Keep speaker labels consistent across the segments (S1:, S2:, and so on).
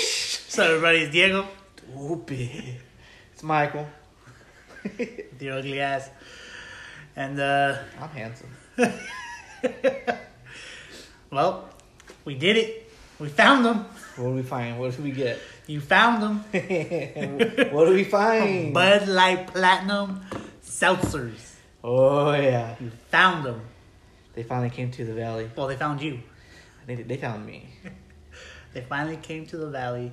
S1: So everybody's Diego,
S2: Whoopee. It's Michael.
S1: with your ugly ass, and uh,
S2: I'm handsome.
S1: well, we did it. We found them.
S2: What do we find? What do we get?
S1: You found them.
S2: what do we find?
S1: Bud Light Platinum seltzers.
S2: oh yeah,
S1: You found them.
S2: they finally came to the valley.
S1: Well, they found you.
S2: They, they found me.
S1: They finally came to the valley.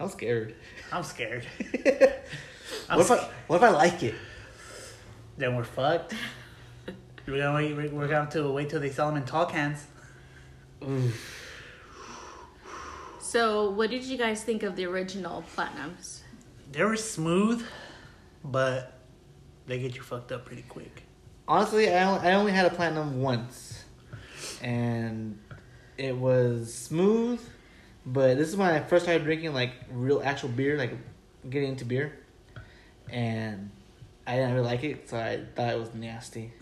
S2: I'm scared.
S1: I'm scared. I'm
S2: what if I,
S1: scared.
S2: what if I like it?
S1: Then we're fucked. We're gonna wait. We're gonna have to wait till they sell them in tall cans.
S2: Oof.
S3: So, what did you guys think of the original platinums?
S1: They were smooth, but they get you fucked up pretty quick.
S2: Honestly, I only, I only had a platinum once, and it was smooth. But this is when I first started drinking like real actual beer, like getting into beer, and I didn't really like it, so I thought it was nasty.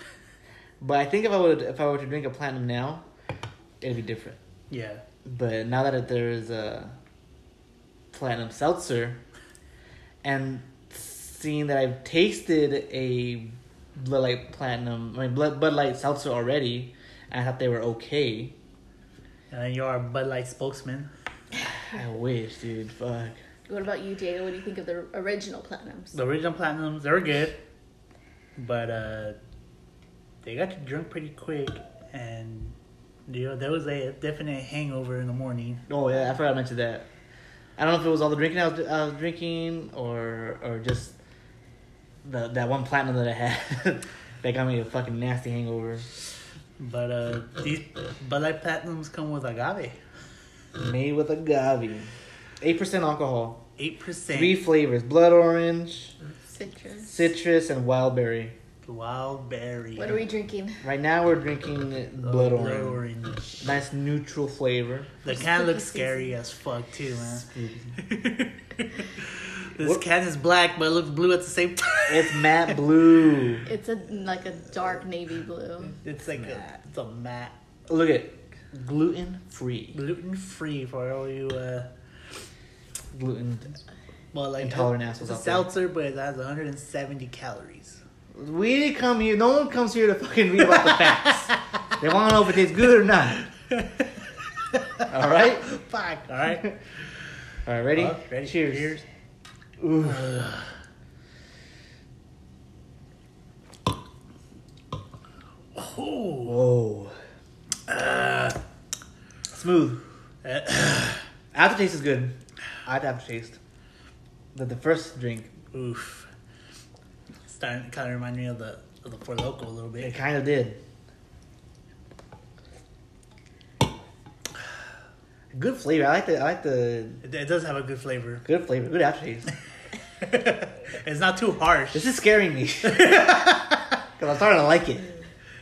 S2: But I think if I would if I were to drink a platinum now, it'd be different.
S1: Yeah.
S2: But now that there is a platinum seltzer, and seeing that I've tasted a Bud Light platinum, I mean Bud Bud Light seltzer already, and I thought they were okay.
S1: And then you're a Bud Light spokesman.
S2: I wish, dude. Fuck.
S3: What about you, Diego? What do you think of the original platinums?
S1: The original platinums, they were good, but uh, they got you drunk pretty quick, and you know there was a definite hangover in the morning.
S2: Oh yeah, I forgot to mention that. I don't know if it was all the drinking I was, I was drinking or or just the that one platinum that I had that got me a fucking nasty hangover.
S1: But uh, these Bud Light platinums come with agave,
S2: Made with agave, eight percent alcohol.
S1: eight
S2: Three
S1: percent
S2: flavors: blood orange,
S3: Citrus.
S2: citrus, and wild berry.
S1: wild berry.
S3: What are we drinking?
S2: Right now, we're drinking
S1: Oh,
S2: blood orange.
S1: orange.
S2: Nice neutral flavor.
S1: The can looks scary as fuck too, man. this
S2: What-
S1: can is black, but it looks blue at the same time.
S2: It's matte blue.
S3: It's a like a dark navy blue.
S1: It's like a, it's a matte,
S2: Look at gluten free,
S1: gluten free for all you. Uh,
S2: gluten.
S1: Well, like
S2: Intolerant
S1: it's
S2: assholes
S1: a
S2: out there.
S1: seltzer, but it has 170 calories.
S2: We didn't come here. No one comes here to fucking read about the facts. they want to know if it tastes good or not. All right.
S1: Fuck. All right.
S2: All right. Ready?
S1: Well, ready.
S2: Cheers.
S1: Cheers.
S2: Ooh.
S1: Ooh.
S2: Whoa. Uh, Smooth. Uh, aftertaste is good. I had aftertaste. The, the first drink,
S1: Oof. Starting to kind of remind me of the of the Four Loco a little
S2: it
S1: bit.
S2: kind of did. Good flavor. I like the I like the
S1: It, it does have a good flavor.
S2: good flavor. Good aftertaste.
S1: it's not too harsh.
S2: This is scaring me because I'm starting to like it.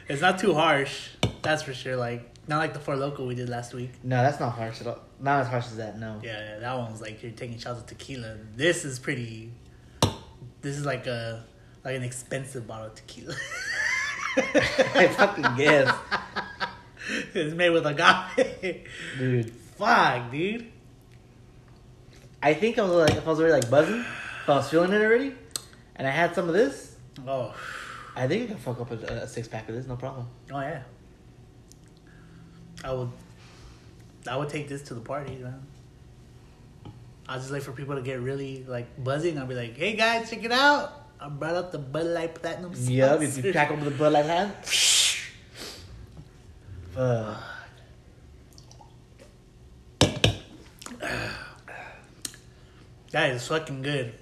S1: It's not too harsh. That's for sure. Like not like the Four Loco we did last week.
S2: No, that's not harsh at all. Not as harsh as that. No.
S1: Yeah, yeah, that one was like you're taking shots of tequila. This is pretty. This is like a like an expensive bottle of tequila.
S2: I fucking guess,
S1: it's made with agave.
S2: dude.
S1: Fuck, dude.
S2: I think I was like, if I was already like buzzing, if I was feeling it already, and I had some of this,
S1: Oh,
S2: I think I could fuck up a, a six pack of this, no problem.
S1: oh yeah. I would. I would take this to the party, man. I was just like for people to get really like buzzing. I'll be like, "Hey guys, check it out! I brought up the Bud Light Platinum."
S2: Yup, if you
S1: seltzer."
S2: crack open the Bud Light hand. Fuck.
S1: that is fucking good.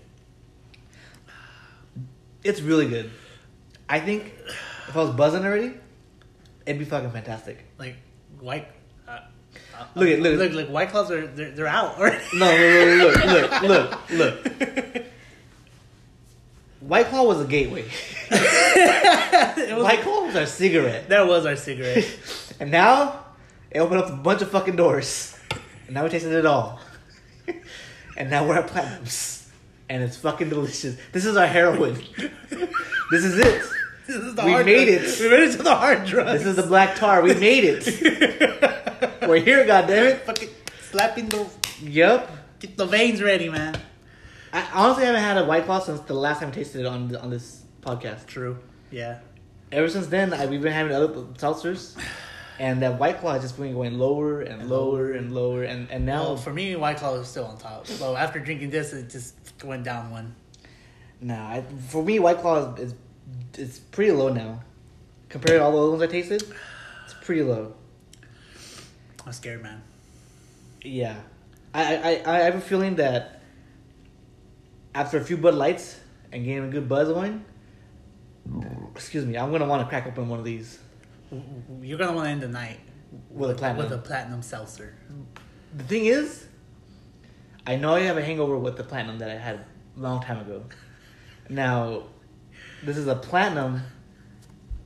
S2: it's really good. I think if I was buzzing already, it'd be fucking fantastic.
S1: Like white. Uh, uh,
S2: Look at- look at-
S1: look, look! White claws are they're, they're out already.
S2: No, look, look, look, look, look, look. White Claw was a gateway.
S1: It was-
S2: White Claw was our cigarette.
S1: that was our cigarette.
S2: And now it opened up a bunch of fucking doors. And now we tasted it all. and now we're at Platinums. And it's fucking delicious. This is our heroin. this is it.
S1: this is the
S2: We
S1: hard
S2: made
S1: drug.
S2: it.
S1: We made it to the hard drug.
S2: This is the black tar. We made it. We're here, goddammit.
S1: fucking slapping the
S2: Yup.
S1: Get the veins ready, man.
S2: I honestly haven't had a white claw since the last time I tasted it on the, on this podcast.
S1: True. Yeah.
S2: Ever since then, I, we've been having other seltzers, and that white claw has just been going lower and lower and lower, and and now
S1: Well, for me, White Claw is still on top. So after drinking this, it just went down one.
S2: No, I, for me, White Claw is, is it's pretty low now. Compared to all the other ones I tasted, it's pretty low.
S1: I'm scared, man.
S2: Yeah, I I, I I have a feeling that after a few Bud Lights and getting a good buzz going, excuse me, I'm gonna want to crack open one of these
S1: You're gonna want to end the night
S2: with a platinum.
S1: with a platinum seltzer.
S2: the thing is, I know I have a hangover with the platinum that I had a long time ago. Now, this is a platinum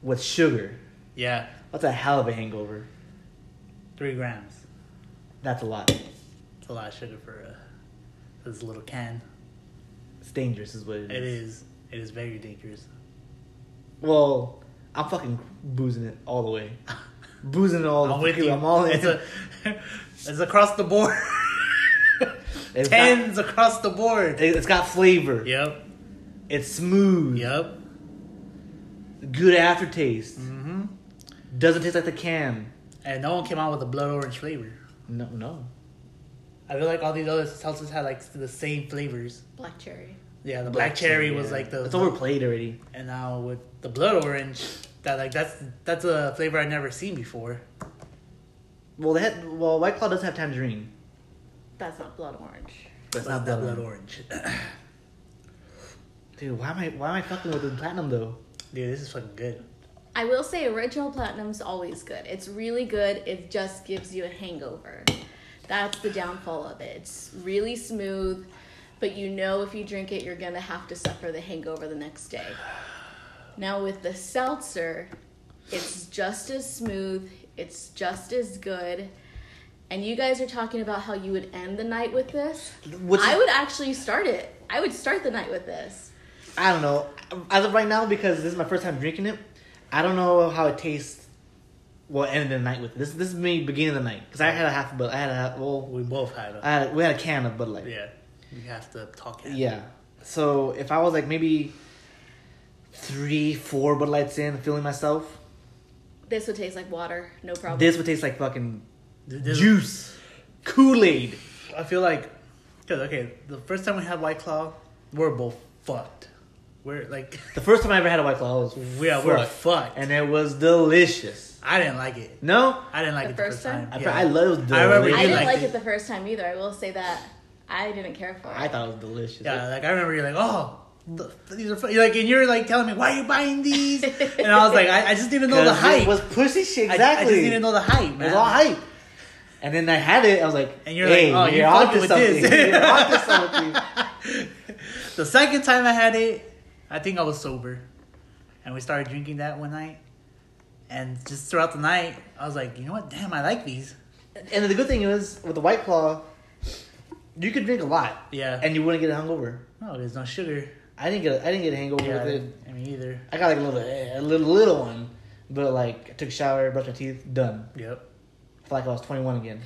S2: with sugar.
S1: Yeah,
S2: That's a hell of a hangover.
S1: three grams.
S2: That's a lot.
S1: It's a lot of sugar for uh, this little can.
S2: It's dangerous, is what it is.
S1: It is. It is very dangerous.
S2: Well, I'm fucking boozing it all the way. boozing it all the
S1: I'm with
S2: fucking-
S1: you.
S2: I'm all in.
S1: It's, a, it's across the board.
S2: It's got-
S1: Tens across the board.
S2: It- it's got flavor.
S1: Yep.
S2: It's smooth.
S1: Yep.
S2: Good aftertaste.
S1: Mm-hmm.
S2: Doesn't taste like the can.
S1: And no one came out with a blood orange flavor.
S2: No, no.
S1: I feel like all these other seltzers had like the same flavors.
S3: Black cherry.
S1: Yeah, the black, cherry was
S2: yeah.
S1: like the
S2: It's overplayed already.
S1: and now with the blood orange, that like that's that's a flavor I never seen before.
S2: Well, they had, well, White Claw does have tangerine.
S3: That's not blood orange.
S2: But it's
S1: But
S2: not
S1: the
S2: that
S1: blood
S2: one.
S1: orange.
S2: Dude, why am I why am I fucking with the platinum though?
S1: Dude, this is fucking good.
S3: I will say original platinum's always good. It's really good. It just gives you a hangover. That's the downfall of it. It's really smooth, but you know if you drink it, you're gonna have to suffer the hangover the next day. Now with the seltzer, it's just as smooth. It's just as good. And you guys are talking about how you would end the night with this.
S2: Which
S3: I
S2: is-
S3: would actually start it. I would start the night with this.
S2: I don't know. As of right now, because this is my first time drinking it, I don't know how it tastes. Well, ended the night with this. This is me beginning of the night because I had a half a Bud. I had a half, well,
S1: We both had a
S2: I had, we had a can of Bud Light.
S1: yeah. You have to talk. it.
S2: Yeah. So if I was like maybe three, four Bud Lights in, feeling myself,
S3: This would taste like water, no problem.
S2: this would taste like fucking
S1: Th- this-
S2: juice, Kool Aid.
S1: I feel like, cause okay, the first time we had White Claw, we're both fucked. We're like,
S2: The first time I ever had a White Claw, I was
S1: yeah, we're
S2: fucked.
S1: fucked.
S2: and it was delicious.
S1: I didn't like it.
S2: No,
S1: I didn't like
S3: The
S1: it the first
S3: first time?
S1: time.
S2: I,
S1: Yeah.
S2: I love it. Was
S1: I remember
S2: delicious.
S3: I
S1: you
S3: didn't
S1: liked
S3: like
S1: it.
S3: it the first time either. I will say that I didn't care for it.
S2: I thought it was delicious.
S1: Yeah, like I remember you're like, oh, th- these are fun. You're like, and you're like telling me why are you buying these, and I was like, I, I just didn't know the
S2: Because
S1: hype.
S2: It was pussy shit.
S1: I-
S2: Exactly.
S1: I, just didn't know the hype, man.
S2: It was all hype. And then I had it. I was like,
S1: And you're
S2: hey,
S1: like, oh,
S2: you're
S1: you
S2: onto
S1: fucking with
S2: something.
S1: this.
S2: you're onto something.
S1: The second time I had it, I think I was sober, and we started drinking that one night, and just throughout the night, I was like, you know what? Damn, I like these.
S2: And the good thing is, with the White Claw, you could drink a lot,
S1: Yeah.
S2: and you wouldn't get a hungover.
S1: no, oh, there's no sugar.
S2: I didn't get, a, I didn't get a hangover
S1: Yeah, I
S2: with it.
S1: didn't- I mean either.
S2: I got like a little, eh, a little, little one, but like I took a shower, brushed my teeth, done.
S1: Yep.
S2: Felt like I was 21 again.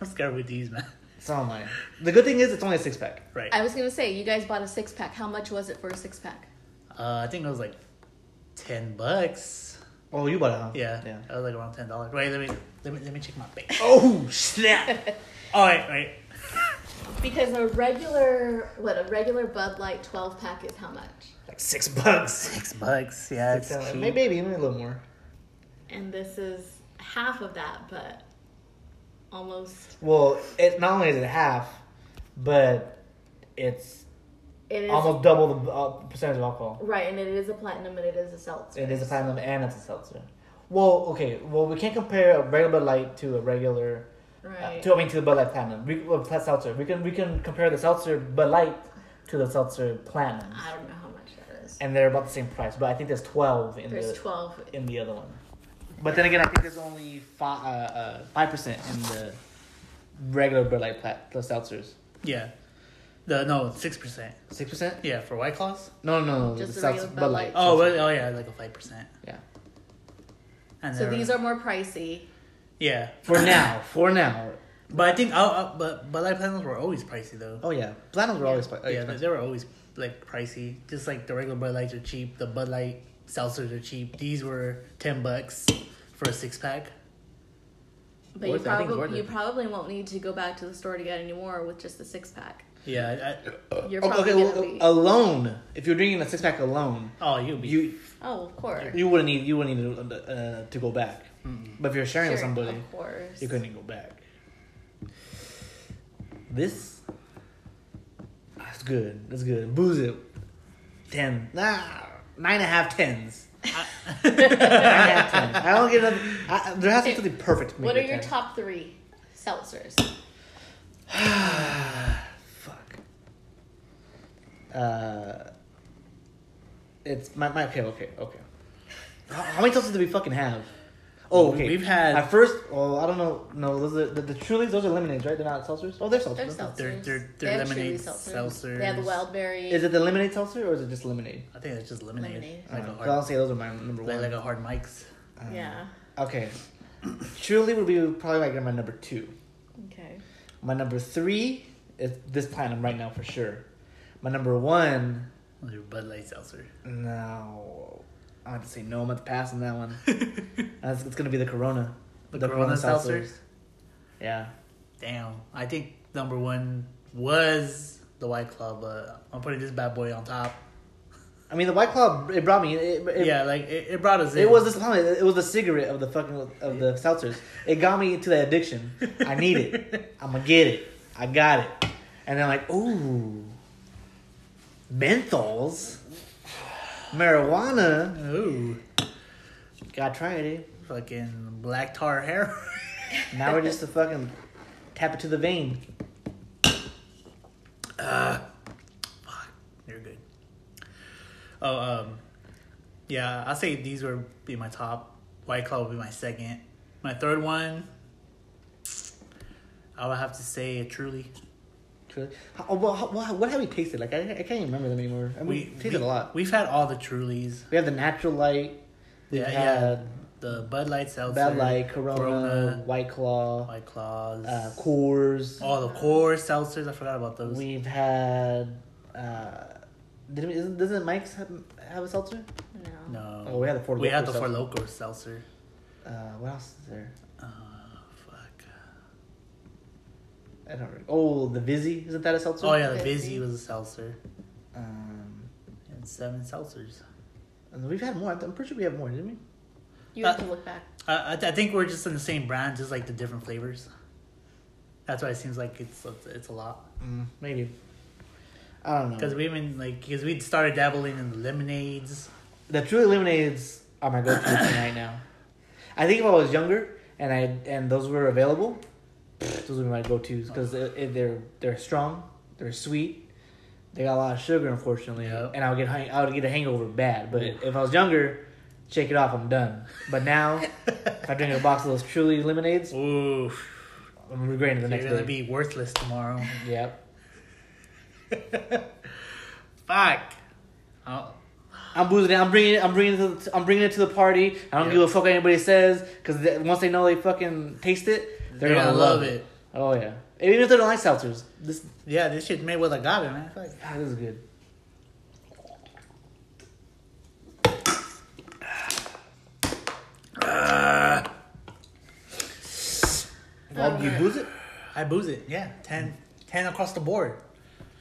S1: I'm scared with these, man.
S2: So am I. The good thing is, it's only a six pack.
S1: Right.
S3: I was gonna say you guys bought a six pack. How much was it for a six pack?
S1: Uh, I think it was like ten bucks.
S2: Oh, you bought it, huh?
S1: Yeah.
S2: Yeah.
S1: That was like around ten dollars. Wait, let me let me let me check my bank.
S2: Oh snap!
S1: All right, wait.
S3: Because a regular what a regular Bud Light twelve pack is how much?
S2: like six bucks.
S1: Six bucks. Yeah, it's cheap.
S2: Maybe, maybe a little more.
S3: And this is half of that, but almost
S2: Well, it not only is it half, but it's
S3: it is
S2: almost double the uh, percentage of alcohol.
S3: right, and it is a platinum and it is a seltzer.
S2: It is a platinum and it's a seltzer. Well, okay. Well, we can't compare a regular Bud Light to a regular uh,
S3: Right.
S2: to I mean to the Bud Light Platinum. We well, plat- seltzer. We can we can compare the seltzer Bud Light to the seltzer Platinum,
S3: I don't know how much that is.
S2: and they're about the same price. But I think there's twelve in
S3: There's
S2: the
S3: twelve
S2: in the other one. But then again, I think there's only five five percent in the regular Bud Light plat- the seltzers.
S1: Yeah. The no six percent.
S2: Six percent?
S1: Yeah, for white claws.
S2: No, no, no. the
S3: Just the
S2: seltzer,
S3: regular Bud
S2: Bud Light.
S3: Light.
S1: Oh, well, oh yeah, like a five percent.
S2: yeah.
S1: And
S3: so
S1: they're-
S3: these are more pricey.
S1: yeah.
S2: For now, for now,
S1: But I think I, I, but but like Platinums were always pricey though.
S2: Oh yeah, platinums were always
S1: yeah,
S2: expensive.
S1: they, they were always like pricey. Just like the regular Bud Lights are cheap, the Bud Light seltzers are cheap. These were ten bucks for a six pack.
S3: But you
S2: Worth it. I think it's worth
S3: probably you
S2: it.
S3: probably won't need to go back to the store to get any more with just the six pack.
S1: Yeah. I, I,
S3: You're
S2: Okay,
S3: probably
S2: okay,
S3: gonna
S2: well,
S3: be
S2: alone. If you're drinking a six pack alone,
S1: oh, you'll be.
S2: you
S3: oh, of course,
S2: you wouldn't need you wouldn't need to, uh, to go back. But if you're sharing
S3: sure,
S2: with somebody,
S3: of course.
S2: you couldn't go back. This that's good. That's good. Booze it. Ten. Nah, nine and a half tens. nine and a half tens. I don't get another. I, there has to be something perfect. to make
S3: What
S2: it
S3: are
S2: a
S3: your
S2: 10.
S3: top three seltzers?
S2: Fuck. Uh, it's my, my okay okay okay. How, how many seltzers do we fucking have? Oh,
S1: We-
S2: okay.
S1: we've had-
S2: at first. Oh, I don't know. No, those are the, the Trulies. Those are lemonades, right? They're not seltzers. Oh, they're seltzers.
S3: They're
S2: okay.
S3: seltzers.
S1: They're- they're-
S3: They
S1: they're
S3: have truly
S1: lemonade
S3: They have the
S1: seltzers.
S3: wild berry.
S2: Is it the lemonade seltzer or is it just lemonade?
S1: I think it's just lemonade.
S3: Lemonade.
S1: Like,
S2: Uh,
S1: a
S2: 'cause I'll
S1: hard,
S2: say those are my number
S1: like,
S2: one.
S1: like a hard mics.
S2: Uh,
S3: yeah.
S2: Okay. Truly would be probably like my number two.
S3: Okay.
S2: My number three is this platinum right now for sure. My number one
S1: Those are Bud Light seltzer.
S2: No. I have to say no. I'm going to pass on that one. That's, it's gonna be the Corona.
S1: The Corona seltzers?
S2: Yeah.
S1: Damn. I think number one was the White Claw, but I'm putting this bad boy on top.
S2: I mean, the White Claw. It brought me. It, it,
S1: yeah, like it, it brought us in.
S2: It was this. It was the cigarette of the fucking of the seltzers. It got me into that addiction. I need it. I'm gonna get it. I got it. And then like, ooh, menthols, marijuana.
S1: Ooh.
S2: Gotta try it. eh?
S1: Fucking black tar hair.
S2: Now we're just to fucking tap it to the vein.
S1: They're good. Oh, um, yeah, I'll say these would be my top. White Claw would be my second. My third one, I would have to say it truly.
S2: Truly. How, oh, well, how, well, what have we tasted? Like I, I can't even remember them anymore. I mean, we tasted a lot.
S1: We've had all the Trulies.
S2: We have the natural light. We
S1: Yeah,
S2: have
S1: yeah. The Bud Light Seltzer.
S2: Bad Light, Corona, White Claw,
S1: White Claws.
S2: uh, Coors.
S1: all the core seltzers. I forgot about those.
S2: We've had. Uh, didn't we, isn't, doesn't Mike's have, have a seltzer?
S3: No.
S1: no.
S2: Oh, we had the Four
S1: We had
S2: Loko
S1: the Four
S2: seltzer.
S1: Loco seltzer.
S2: Uh, what else is there?
S1: Oh, fuck.
S2: I don't. Re- oh, the Vizzy isn't that a seltzer?
S1: Oh, yeah, the
S3: Busy.
S1: Busy was a seltzer.
S2: Um,
S1: And seven seltzers.
S2: and we've had more. I'm pretty sure we have more, didn't we?
S3: You have
S1: Uh,
S3: to look back.
S1: I, I, I think we're just in the same brand, just like the different flavors. That's why it seems like it's it's, it's a lot.
S2: Mm, maybe. I don't know.
S1: Because we even like because we started dabbling in the lemonades.
S2: The truly lemonades are my go-to right now. I think if I was younger and I and those were available, those would be my go-tos because they're they're strong, they're sweet, they got a lot of sugar, unfortunately,
S1: Yep.
S2: and I would get hang- I would get a hangover bad. But if I was younger, shake it off, I'm done. But now, if I drink a box of those truly lemonades,
S1: Ooh,
S2: I'm regretting it the
S1: they're
S2: next
S1: gonna be
S2: day.
S1: worthless tomorrow.
S2: yep,
S1: Fuck. Oh,
S2: I'm boozing it. I'm bringing it. I'm bringing it. To the, I'm bringing it to the party. I don't
S1: Yep.
S2: give a fuck what anybody says because once they know they fucking taste it, they're, gonna, love it. Oh yeah. Even if they don't like seltzers, this
S1: Yeah, this shit's made with agave, man. Fuck.
S2: ah, this is good. Well, you booze it.
S1: I booze it. Yeah, 10, 10 across the board.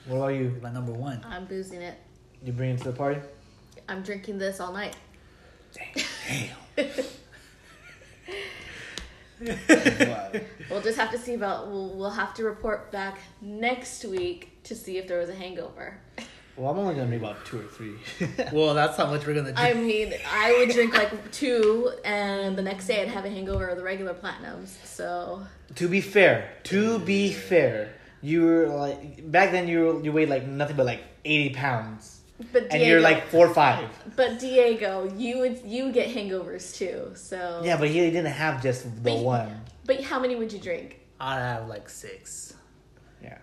S2: What about you?
S1: My number one.
S2: Uh.
S3: I'm boozing it.
S2: You bring it to the party.
S3: I'm drinking this all night.
S1: Damn.
S3: We'll just have to see about. We'll, we'll have to report back next week to see if there was a hangover.
S2: Well, I'm only gonna make about two or three.
S1: Well, that's not what we're gonna do.
S3: I mean, I would drink like two, and the next day I'd have a hangover of the regular platinums. So
S2: to be fair, to be fair, you were like back then. You were, you weighed like nothing but like eighty pounds,
S3: But Diego,
S2: and you're like four or five.
S3: but Diego, you would you would get hangovers too. So
S2: Yeah, but he didn't have just the
S3: But-
S2: one.
S3: But how many would you drink?
S1: I'd have like six
S2: Yeah.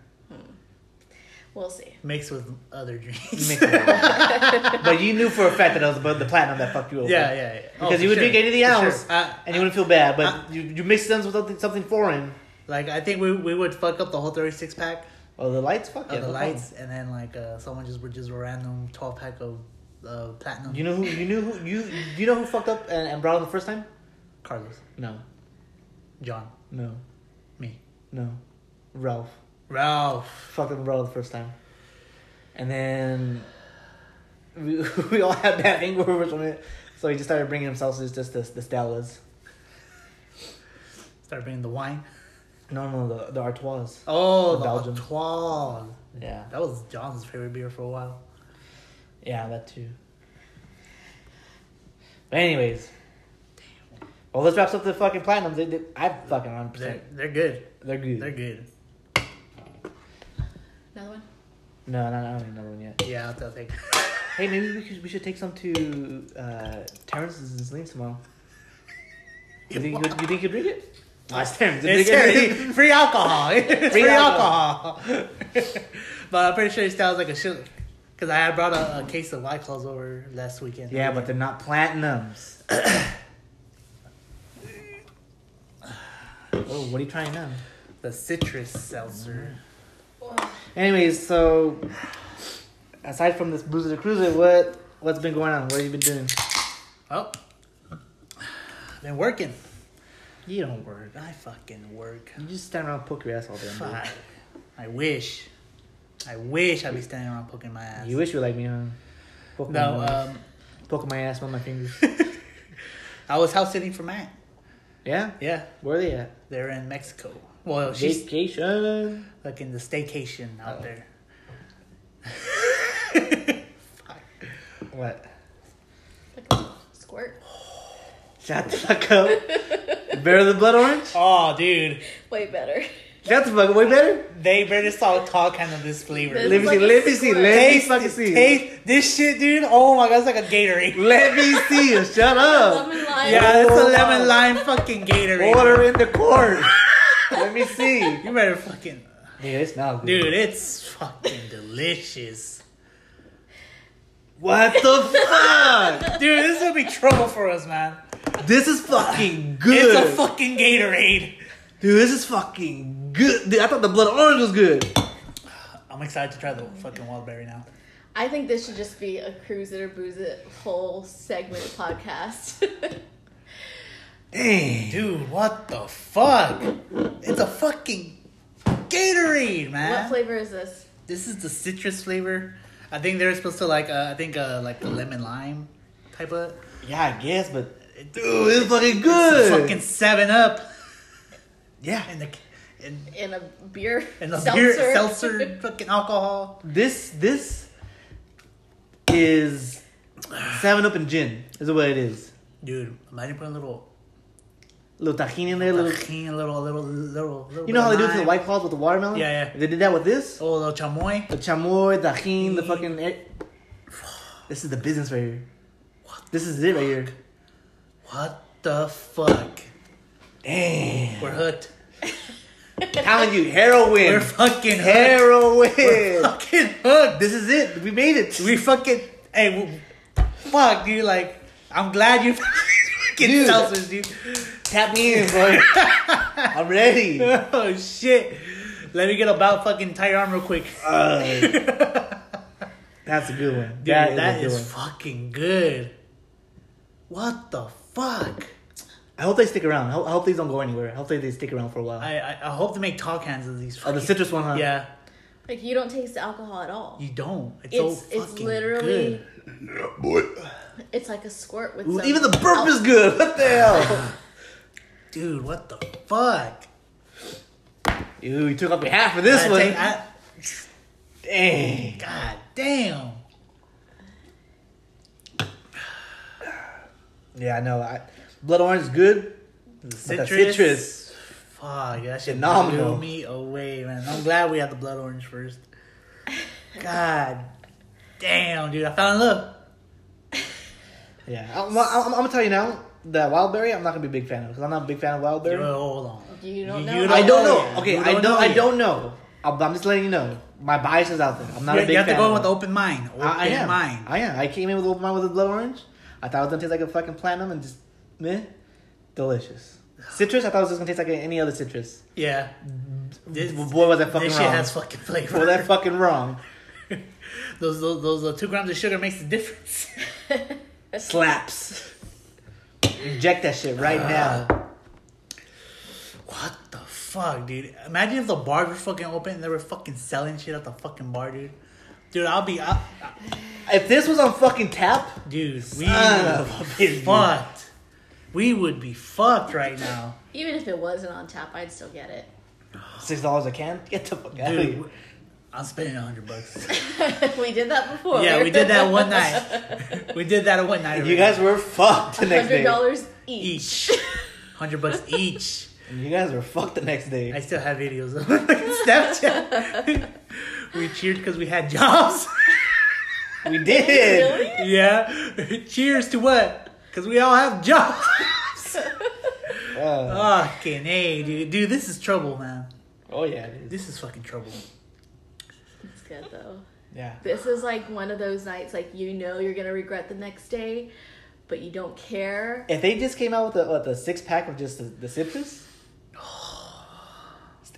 S3: We'll see.
S1: mixed with other drinks.
S2: Mix it up. but you knew for a fact that it was about the platinum that fucked you over.
S1: Yeah, Oh, yeah, yeah.
S2: Because you would drink anything else,
S1: I,
S2: and you wouldn't feel bad. But
S1: I-
S2: you you mix them with something, something foreign,
S1: Like I think we we would fuck up the whole thirty six pack
S2: Oh, the lights. Fuck
S1: of
S2: yeah,
S1: the
S2: no
S1: lights, and then like uh, someone just would just a random twelve pack of uh, platinum.
S2: problem. You know who? You knew who? You you know who fucked up and, and brought him the first time?
S1: Carlos,
S2: No,
S1: John,
S2: no,
S1: me,
S2: no. Ralph
S1: Ralph.
S2: fucked up and brought him the first time, and then we, we all had bad anger over from it. So he just started bringing himself to just the the Stellas.
S1: Start bringing the wine.
S2: No, no, the the Artois.
S1: Oh,
S2: The
S1: the
S2: Belgium.
S1: Artois.
S2: Yeah,
S1: That was John's favorite beer for a while.
S2: yeah, that too. But anyways. Well, this wraps up the fucking platinums. They, they, I fucking
S1: They're,
S2: 100%. They're,
S1: they're good.
S2: good.
S1: They're good.
S3: Another one?
S2: No, no, no, I don't need another one yet.
S1: Yeah, I'll, I'll take.
S2: Hey, maybe we should, we should take some to uh, Terrence's and Selene's tomorrow. You think you, you think you drink it? Last time,
S1: It's free, free alcohol. It's free,
S2: Free
S1: alcohol. but I'm pretty sure it sounds like a shit. Because I had brought a, a case of White Claws over last weekend.
S2: Yeah, but they're not platinums. oh, what are you trying now?
S1: the citrus seltzer.
S2: Anyways, so aside from this Boozer Cruiser, what what's been going on? What have you been doing?
S1: Oh, been working. You don't work. I fucking work.
S2: You just stand around and poke your ass all day.
S1: Fuck. I wish. I wish I'd be standing around poking my ass.
S2: You wish you were like me, huh? Poke my
S1: No,
S2: nose.
S1: um,
S2: poke my ass with my fingers.
S1: I was house sitting for Matt.
S2: yeah,
S1: Yeah,
S2: where are they at?
S1: they're in Mexico. Well, she's
S2: Vacation.
S1: like in the staycation out
S2: Oh.
S1: there.
S2: What?
S3: Squirt.
S2: Shut the fuck up. better than blood orange?
S1: Oh, dude,
S3: Way better.
S2: Shut the fuck up. Way better?
S1: they better start talking kind of this flavor.
S2: Let
S3: This
S2: me
S3: is like
S2: see.
S3: a
S2: Let me see.
S3: squirt.
S2: Let me
S1: taste,
S2: fucking see.
S1: taste this shit, dude. Oh my god, it's like a Gatorade.
S2: Let me see. Shut up.
S3: Lemon lime.
S1: Yeah, it's a
S2: Oh.
S1: lemon lime fucking Gatorade.
S2: Order in the court. Let me see. Dude,
S1: You better fucking,
S2: it smells good.
S1: dude. It's fucking delicious,
S2: What the
S1: dude. This will be trouble for us, man.
S2: fuck? This is fucking good.
S1: It's a fucking Gatorade.
S2: Dude, this is fucking good. Dude, I thought the blood orange was good.
S1: I'm excited to try the fucking wildberry now.
S3: I think this should just be a cruise it or booze it whole segment podcast.
S2: Dang.
S1: Dude, what the fuck? It's a fucking Gatorade, man.
S3: what flavor is this?
S1: this is the citrus flavor. I think they're supposed to like, uh, I think uh, like the lemon lime type of.
S2: Yeah, I guess, but
S1: It-
S2: dude, it's fucking
S1: It's
S2: good.
S1: a fucking Seven Up
S2: yeah.
S1: and the and,
S3: In a beer?
S1: and the beer seltzer fucking alcohol.
S2: This this is Seven Up and gin is what it is.
S1: Dude, imagine putting a little
S2: little tahini in there,
S1: little
S2: little.
S1: tahini, a little little little. little
S2: You know how they
S1: bit
S2: do
S1: of
S2: it to the
S1: lime.
S2: white claws with the watermelon?
S1: Yeah, yeah.
S2: If They did that with this.
S1: Oh, Mm. a little chamoy.
S2: The chamoy, tahini, the fucking. It. This is the business right here. This is it right here.
S1: What the fuck?
S2: Damn.
S1: We're hooked.
S2: Telling you, heroin.
S1: We're fucking hooked. We're
S2: heroin.
S1: fucking hooked.
S2: This is it. We made it.
S1: We fucking hey, we, fuck, dude. Like, I'm glad you fucking
S2: Dude.
S1: seltzers, dude.
S2: Tap me in, boy. I'm ready.
S1: Oh shit. Let me get about fucking tire arm real quick.
S2: Uh,
S1: dude,
S2: that's a good one.
S1: that,
S2: a
S1: that
S2: good
S1: is,
S2: one.
S1: fucking good. What the fuck?
S2: I hope they stick around. I hope, I hope these don't go anywhere. I hope they, they stick around for a while.
S1: I, I I hope to make talk hands of these.
S2: oh, the
S1: fucking-
S2: citrus one, huh?
S1: Yeah,
S3: Like, you don't taste the alcohol at all.
S1: you don't. It's, so
S3: it's
S1: fucking
S3: it's literally
S1: good.
S3: it's like a squirt with
S2: Ooh,
S3: some
S2: even the burp is good. What the hell?
S1: dude. What the fuck?
S2: Ooh, you took off your hat for this
S1: I
S2: one.
S1: take- I-
S2: Dang.
S1: God damn.
S2: Yeah, I know. I, blood orange is good.
S1: The
S2: but that
S1: citrus.
S2: citrus.
S1: Fuck, that shit
S2: Phenomenal.
S1: blew me away, man. I'm glad we had the blood orange first. God damn, dude, I fell in love.
S2: Yeah, I'm, I'm, I'm gonna tell you now. The wildberry, I'm not gonna be a big fan of because I'm not a big fan of wildberry.
S1: Dude, hold on.
S3: You don't
S1: You-
S3: know.
S1: you
S2: I don't
S1: Oh, yeah.
S2: know. Okay,
S1: You
S2: I
S1: don't
S2: don't.
S1: know
S2: I
S1: yet.
S2: don't know. I'm, I'm just letting you know. My bias is out there. I'm not
S1: you
S2: a big
S1: you have to
S2: fan.
S1: go
S2: of
S1: with
S2: it.
S1: open mind. Open
S2: I, I am.
S1: mind.
S2: I am. I came in with open mind with a blood orange. I thought it was gonna taste like a fucking platinum and just meh, delicious. Citrus, I thought it was just gonna taste like any other citrus.
S1: Yeah. This,
S2: Boy, was I fucking
S1: this shit
S2: wrong.
S1: has fucking flavor.
S2: Boy, that fucking wrong.
S1: those those, those uh, two grams of sugar makes the difference.
S2: Slaps. Inject that shit right now.
S1: Uh, what the fuck, dude? Imagine if the bars were fucking open and they were fucking selling shit at the fucking bar, dude. Dude, I'll be, I,
S2: If this was on fucking tap,
S1: dude, we
S2: Son
S1: would
S2: of
S1: be fucked. We would be fucked right now,
S3: Even if it wasn't on tap, I'd still get it.
S2: six dollars a can. Get the fuck out of
S1: dude.
S2: here.
S1: I'm spending a hundred bucks.
S3: we did that before.
S1: Yeah, we did that one night. We did that one night.
S2: You guys were fucked the next
S3: Hundred
S2: day.
S3: dollars each.
S1: each, hundred bucks each.
S2: You guys were fucked the next
S1: I
S2: day.
S1: still have videos on Snapchat. we cheered because we had jobs.
S2: We did.
S3: Really?
S1: yeah. Cheers to what? Because we all have jobs.
S2: Uh,
S1: Fucking A, dude. Dude, this is trouble, man.
S2: oh yeah, it is.
S1: This is fucking trouble.
S3: It's good though.
S2: yeah.
S3: This is like one of those nights, like you know you're gonna regret the next day, but you don't care.
S2: If they just came out with the what, the six pack of just the, the citrus,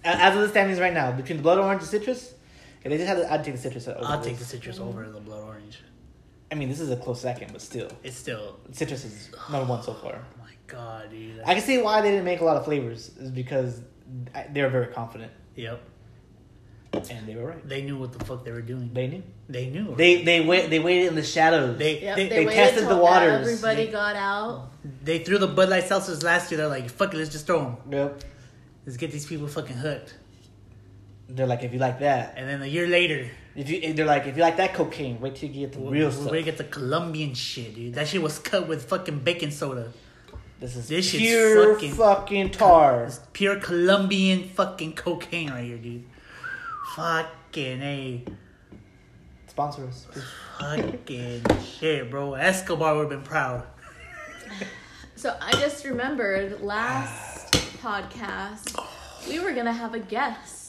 S2: A- as of the standings right now, between the blood orange and citrus, if they just had, the, I'd take the citrus. Over
S1: I'll take the
S2: this.
S1: citrus over the blood orange.
S2: I mean, this is a close second, but still,
S1: It's still.
S2: citrus is number one so far.
S1: Oh my god, dude.
S2: I can see why they didn't make a lot of flavors is because I- they were very confident
S1: yep.
S2: and they were right.
S1: They knew what the fuck they were doing. They,
S2: They knew.
S1: knew.
S2: They they wait they waited in the shadows.
S1: They-
S3: Yep,
S1: They-
S3: they,
S1: they
S3: waited
S2: tested
S3: till
S2: the waters.
S3: Everybody
S1: They-
S3: got out.
S1: they threw the Bud Light seltzers last year. They're like, fuck it, let's just throw them.
S2: yep.
S1: Let's get these people fucking hooked.
S2: They're like if you like that,
S1: And then a year later,
S2: if you they're like if you like that cocaine, wait till you get the
S1: we
S2: real
S1: real
S2: stuff.
S1: we get the Colombian shit, dude. That shit was cut with fucking baking soda.
S2: This is
S1: This shit's
S2: pure
S1: fucking-
S2: fucking, tar.
S1: It's pure Colombian fucking cocaine right here, dude. Fucking a
S2: Sponsor us.
S1: fucking shit, bro. Escobar would have been proud.
S3: So I just remembered last podcast we were gonna have a guest.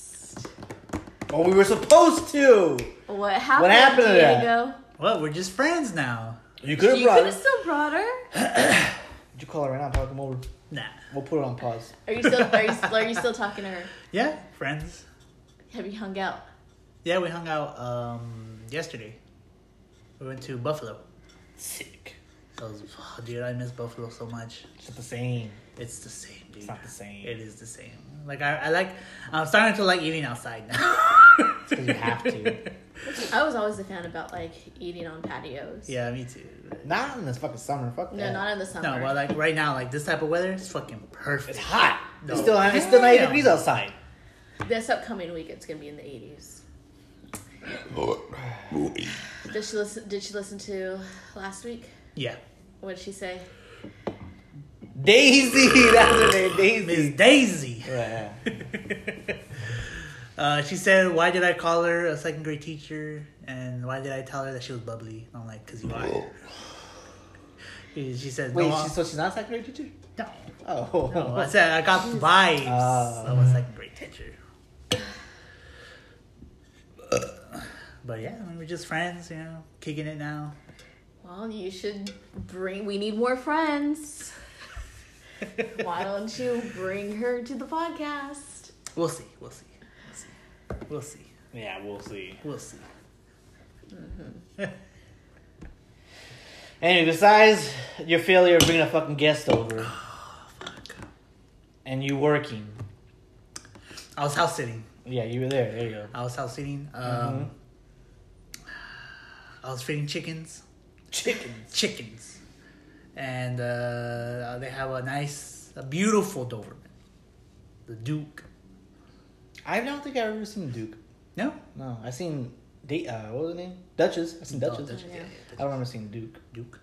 S2: Oh, we were supposed to.
S3: What happened?
S2: happened to that?
S3: Diego?
S1: What? We're just friends now.
S2: You could have
S3: You
S2: brought.
S3: could have
S2: Did
S3: still brought her.
S2: you call her right now? Talk him over.
S1: Nah.
S2: We'll put it on pause.
S3: Are you still? Are you, are you still talking to her?
S1: Yeah, friends.
S3: Have you hung out?
S1: Yeah, we hung out um yesterday. We went to Buffalo.
S2: Sick.
S1: That was, oh, dude, I miss Buffalo so much.
S2: It's not the same.
S1: It's the same, dude.
S2: It's not the same.
S1: It is the same. Like I, I like. I'm starting to like eating outside now.
S2: 'Cause you have to.
S3: I was always a fan about like eating on patios.
S1: yeah, me too.
S2: Not in this fucking summer. Fuck
S3: No,
S2: that.
S3: not in the summer.
S1: No, but like right now, like this type of weather is fucking
S2: It's
S1: perfect.
S2: hot.
S1: No.
S2: It's still it's still ninety
S1: Damn.
S2: degrees outside.
S3: This upcoming week, it's gonna be in the eighties. Did she listen? Did she listen to last week?
S1: Yeah,
S3: What did she say?
S2: Daisy, that's her name.
S1: Miss
S2: Daisy.
S1: Daisy.
S2: Yeah.
S1: Uh, she said, "Why did I call her a second grade teacher, and why did I tell her that she was bubbly?" And I'm like, "Cause you are." she said,
S2: Wait,
S1: "No,
S2: she's, so she's not a second grade teacher?
S1: uh, no, uh,
S2: Oh.
S1: no." I said, "I got vibes
S2: Oh.
S1: of a second grade teacher." But yeah, I mean, we're just friends, you know, kicking it now.
S3: Well, you should bring. We need more friends. Why don't you bring her to the podcast?
S1: We'll see. We'll see. We'll see.
S2: Yeah, we'll see.
S1: We'll see.
S2: Anyway, besides your failure of bringing a fucking guest over. And you working.
S1: I was house sitting.
S2: Yeah, you were there. There you go.
S1: I was house sitting. Um, I was feeding chickens.
S2: Chickens.
S1: Chickens. And uh, they have a nice, a beautiful Doberman. The Duke.
S2: I don't think I've ever seen Duke.
S1: No?
S2: No, I seen date. Uh, what was the name? Duchess. I seen
S1: No,
S2: Duchess.
S1: Oh, Duchess, yeah, yeah,
S2: I don't remember seeing Duke.
S1: Duke.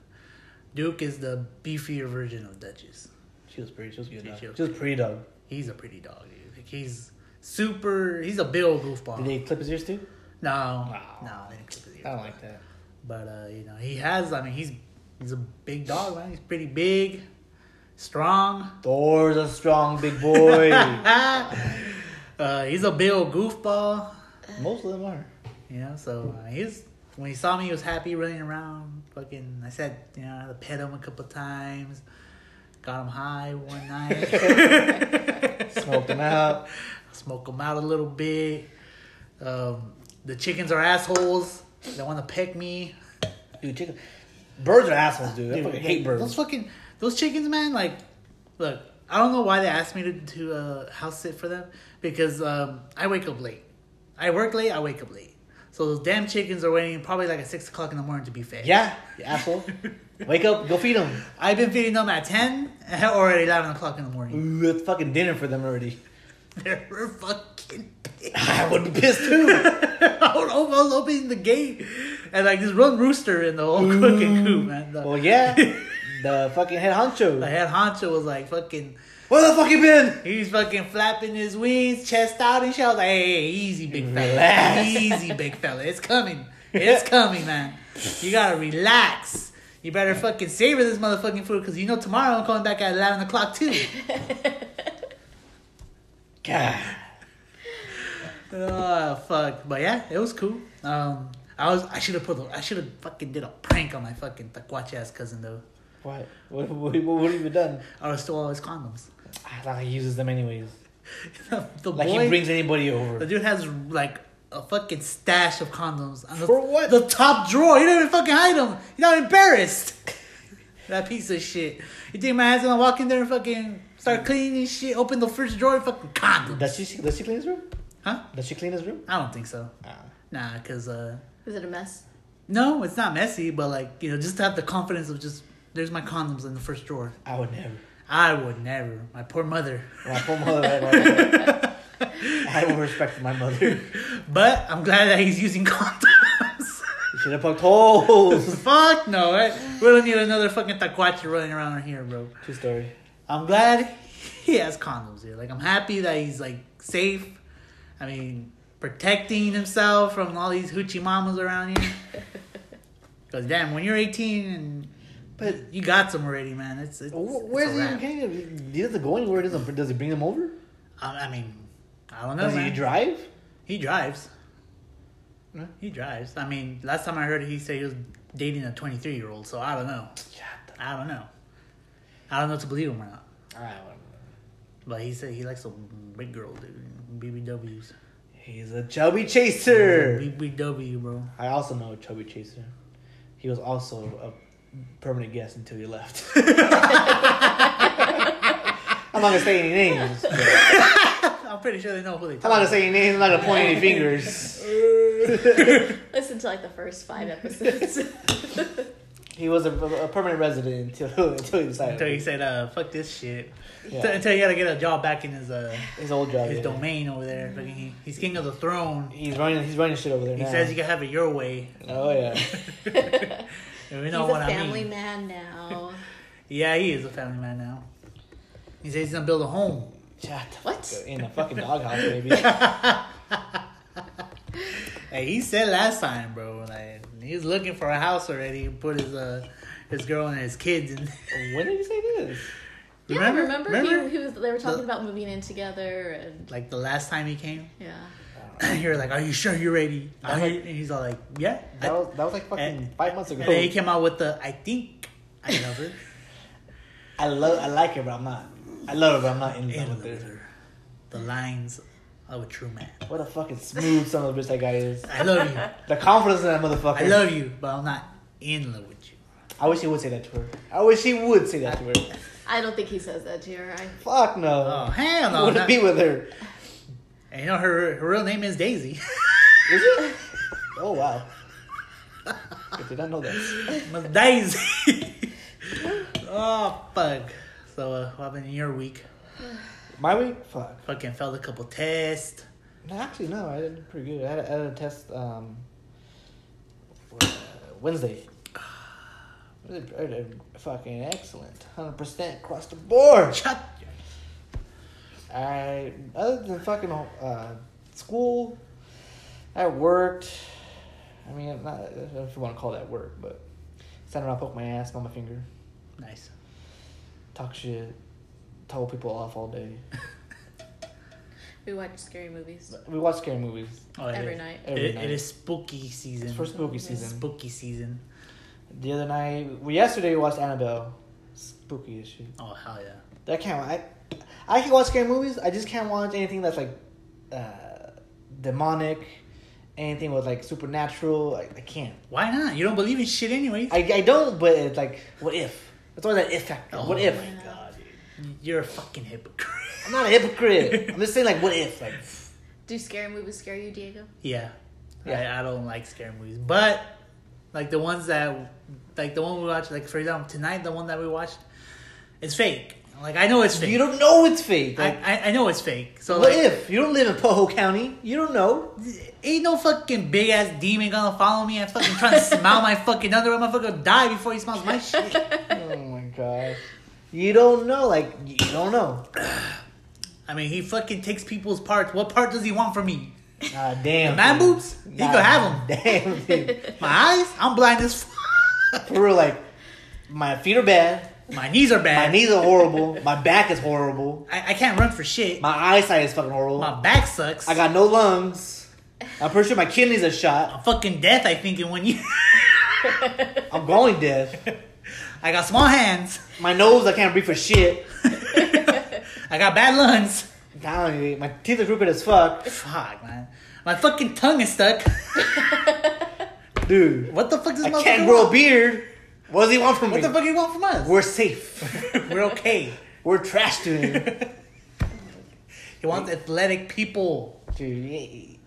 S1: Duke is the beefier version of Duchess.
S2: She was pretty. She was a good.
S1: She-
S2: Dog.
S1: she was
S2: She was pretty dog.
S1: He's a pretty dog, dude. Like, he's super, he's a Bill goofball.
S2: Did they clip his ears too?
S1: no,
S2: Wow.
S1: no, they didn't clip his ears.
S2: I don't like that.
S1: But uh, you know, he has. I mean, he's he's a big dog, man. He's pretty big, strong.
S2: Thor's a strong big boy.
S1: uh, he's a big old goofball.
S2: Most of them are.
S1: You know, so uh, he's when he saw me, he was happy running around. Fucking, I said, you know, I had to pet him a couple times. Got them high one night.
S2: Smoked 'em out.
S1: Smoke them out a little bit. Um, the chickens are assholes. They want to peck me.
S2: Dude, chicken. Birds are assholes, dude. I
S1: Dude,
S2: fucking hate
S1: like,
S2: birds.
S1: Those fucking those chickens, man. Like, look, I don't know why they asked me to to uh, house sit for them because um, I wake up late. I work late. I wake up late. So those damn chickens are waiting probably like at six o'clock in the morning to be fed.
S2: Yeah, you asshole. Wake up, go feed them.
S1: I've been feeding them at ten or at eleven o'clock in the morning.
S2: Ooh, it's fucking dinner for them already.
S1: They were fucking. pissed.
S2: I would be pissed too.
S1: I don't know if I was opening the gate and like this one rooster in the whole fucking coop, man. The,
S2: Mm. well, yeah. The fucking head honcho.
S1: the head honcho was like fucking.
S2: Where the fuck you been?
S1: He's fucking flapping his wings, chest out and shit. I was like, hey, hey, hey, easy, big fella.
S2: Relax.
S1: Easy, big fella. It's coming. It's coming, man. You gotta relax. You better fucking savor this motherfucking food because you know tomorrow I'm coming back at 11 o'clock too.
S2: God.
S1: oh, fuck. But yeah, it was cool. Um, I was, I should have put, a, I should have fucking did a prank on my fucking taquache ass cousin though.
S2: What? What, what, what, have you done?
S1: I would have stole all his condoms.
S2: I thought Ah, he uses them anyways.
S1: the, the
S2: Like
S1: boy,
S2: he brings anybody
S1: The
S2: over.
S1: dude has like a fucking stash of condoms. On the,
S2: For what?
S1: The top drawer. He didn't even fucking hide them. He's not embarrassed. that piece of shit. You think my ass gonna walk in there and fucking start cleaning shit? Open the first drawer and fucking condoms.
S2: Does she does she clean his room?
S1: huh?
S2: Does she clean his room?
S1: I don't think so.
S2: Ah.
S1: Nah, cause uh,
S3: Is it a mess?
S1: no, it's not messy. But like you know, just to have the confidence of just there's my condoms in the first drawer.
S2: I would never.
S1: I would never. My poor mother.
S2: My poor mother. I don't- I don't respect my mother. You
S1: But I'm glad that he's using condoms.
S2: should have poked holes.
S1: Fuck no. eh? We don't need another fucking taquachi running around here, bro.
S2: True story.
S1: I'm glad he has condoms here. Like, I'm happy that he's, like, safe. I mean, protecting himself from all these hoochie mamas around here. Because, damn, when you're 18 and. But you got some already, man. It's, it's
S2: Wh-
S1: it's
S2: Where's
S1: a
S2: he even
S1: wrap.
S2: getting it? He doesn't go anywhere. Doesn't does he bring them over?
S1: I, I mean, I don't know,
S2: Does he
S1: man.
S2: drive?
S1: he drives.
S2: Huh?
S1: He drives. I mean, last time I heard it, he said he was dating a 23 year old. So I don't know. I don't know. I don't know if to believe him or not.
S2: I don't know.
S1: But he said he likes a big girl, dude. BBWs.
S2: He's a chubby chaser.
S1: BBW, bro.
S2: I also know a chubby chaser. He was also a permanent guest until he left. I'm not gonna say any names. but-
S1: I'm pretty sure they know who they
S2: I'm
S1: talk
S2: not gonna say any names. I'm not gonna point any fingers.
S3: Listen to like the first five episodes.
S2: He was a, a permanent resident until until he decided.
S1: Until he said, uh, fuck this shit.
S2: Yeah.
S1: Until- Until he had to get a job back in his, uh,
S2: his old job.
S1: his
S2: yeah.
S1: domain over there. Fucking he, he's king of the throne.
S2: He's running. He's running shit over there
S1: He
S2: now.
S1: says you can have it your way.
S2: Oh yeah.
S1: And we
S3: He's
S1: know
S3: a
S1: what I
S3: family
S1: mean.
S3: man now.
S1: Yeah, he is a family man now. He says he's gonna build a home.
S2: Shut the
S3: What?
S2: fuck up. In a fucking doghouse, baby.
S1: Hey, he said last time, bro. Like he was looking for a house already. and Put his uh, his girl and his kids in.
S2: when did he say this?
S3: Yeah,
S1: Remember-
S3: remember,
S1: remember?
S3: He, he was, they were talking
S1: The-
S3: about moving in together and
S1: like the last time he came,
S3: yeah.
S1: you're like, "Are you sure you're ready?"
S2: I'm
S1: Are
S2: like-
S1: you-" and he's all like, "Yeah." I-
S2: That was that was like fucking
S1: and-
S2: five months ago.
S1: and then he came out with the, "I think I love her."
S2: I love. I like her, but I'm not. I love her, but I'm not in
S1: I
S2: love
S1: love
S2: with her.
S1: her. The lines of a true man.
S2: What a fucking smooth son of a bitch that guy is.
S1: I love you.
S2: The confidence in that motherfucker.
S1: I love you, but I'm not in love with you.
S2: I wish he would say that to her. I wish he would say that to her.
S3: I don't think he says that to her. I,
S2: Fuck no.
S1: Oh hell
S2: I
S1: no!
S2: wouldn't
S1: not-
S2: be with her.
S1: and you know her, her real name is Daisy.
S2: Is it? Oh wow. I did not know that.
S1: Miss Daisy. oh fuck. So uh, what happened in your week?
S2: My week? Fuck.
S1: Fucking failed a couple tests.
S2: No, actually, no. I did pretty good. I had a, I had a test um, uh, Wednesday. I did- I did Fucking excellent. 100% across the board.
S1: Shut.
S2: I, other than fucking uh, school, I worked. I mean, I'm not, I don't know if you want to call that work, but standing around, poke my ass, smell my finger,
S1: Nice.
S2: talk shit, told people off all day.
S3: we watch scary movies
S2: We watch scary movies.
S1: Oh, it
S3: every
S1: is-
S3: night.
S2: Every
S1: it,
S2: night.
S1: it is spooky season.
S2: It's for spooky
S3: Yeah.
S2: season.
S1: Spooky season.
S2: The other night, well, yesterday we watched Annabelle. Spooky as shit.
S1: Oh hell yeah.
S2: That can't. I I can watch scary movies. I just can't watch anything that's like uh, demonic, anything with like supernatural. I, I can't.
S1: Why not? You don't believe in shit anyways.
S2: I, I don't. But it's like, what if? That's always that if factor.
S1: Oh
S2: what if?
S1: my god, dude. You're a fucking hypocrite.
S2: I'm not a hypocrite. I'm just saying like, what if? Like,
S3: Do scary movies scare you, Diego?
S1: Yeah. I, I don't like scary movies. But like the ones that like the one we watched, like for example tonight the one that we watched it's fake. Like I know it's fake.
S2: you don't know it's fake.
S1: I,
S2: Like,
S1: I, I know it's fake. So
S2: what
S1: like
S2: if you don't live in Poho County? You don't know.
S1: ain't no fucking big ass demon gonna follow me and fucking trying to smell my fucking underwear. My fucking gonna die before he smells my shit.
S2: oh my gosh. You don't know. Like, you don't know.
S1: I mean, he fucking takes people's parts. What part does he want from me?
S2: Ah, damn.
S1: Man
S2: dude.
S1: boobs? He could have
S2: Damn, dude.
S1: My eyes? I'm blind as fuck.
S2: For real, like, my feet are bad.
S1: My knees are
S2: My
S1: bad.
S2: knees are horrible. My back is horrible.
S1: I, I can't run for shit. My,
S2: My eyesight is fucking horrible.
S1: back sucks.
S2: I got no lungs. I'm pretty sure my kidneys are shot.
S1: I'm fucking death, I think, in one year.
S2: I'm going deaf.
S1: I got small hands.
S2: My nose, I can't breathe for shit.
S1: I got bad lungs.
S2: I'm telling you, my teeth are crooked as fuck.
S1: Fuck, man. My fucking tongue is stuck.
S2: Dude,
S1: What the fuck does
S2: I
S1: motherfucker
S2: can't grow a
S1: want?
S2: beard. What does he want from me?
S1: What the fuck do you want from us?
S2: We're safe.
S1: We're okay.
S2: We're trash to him.
S1: He wants athletic people.
S2: Dude, he-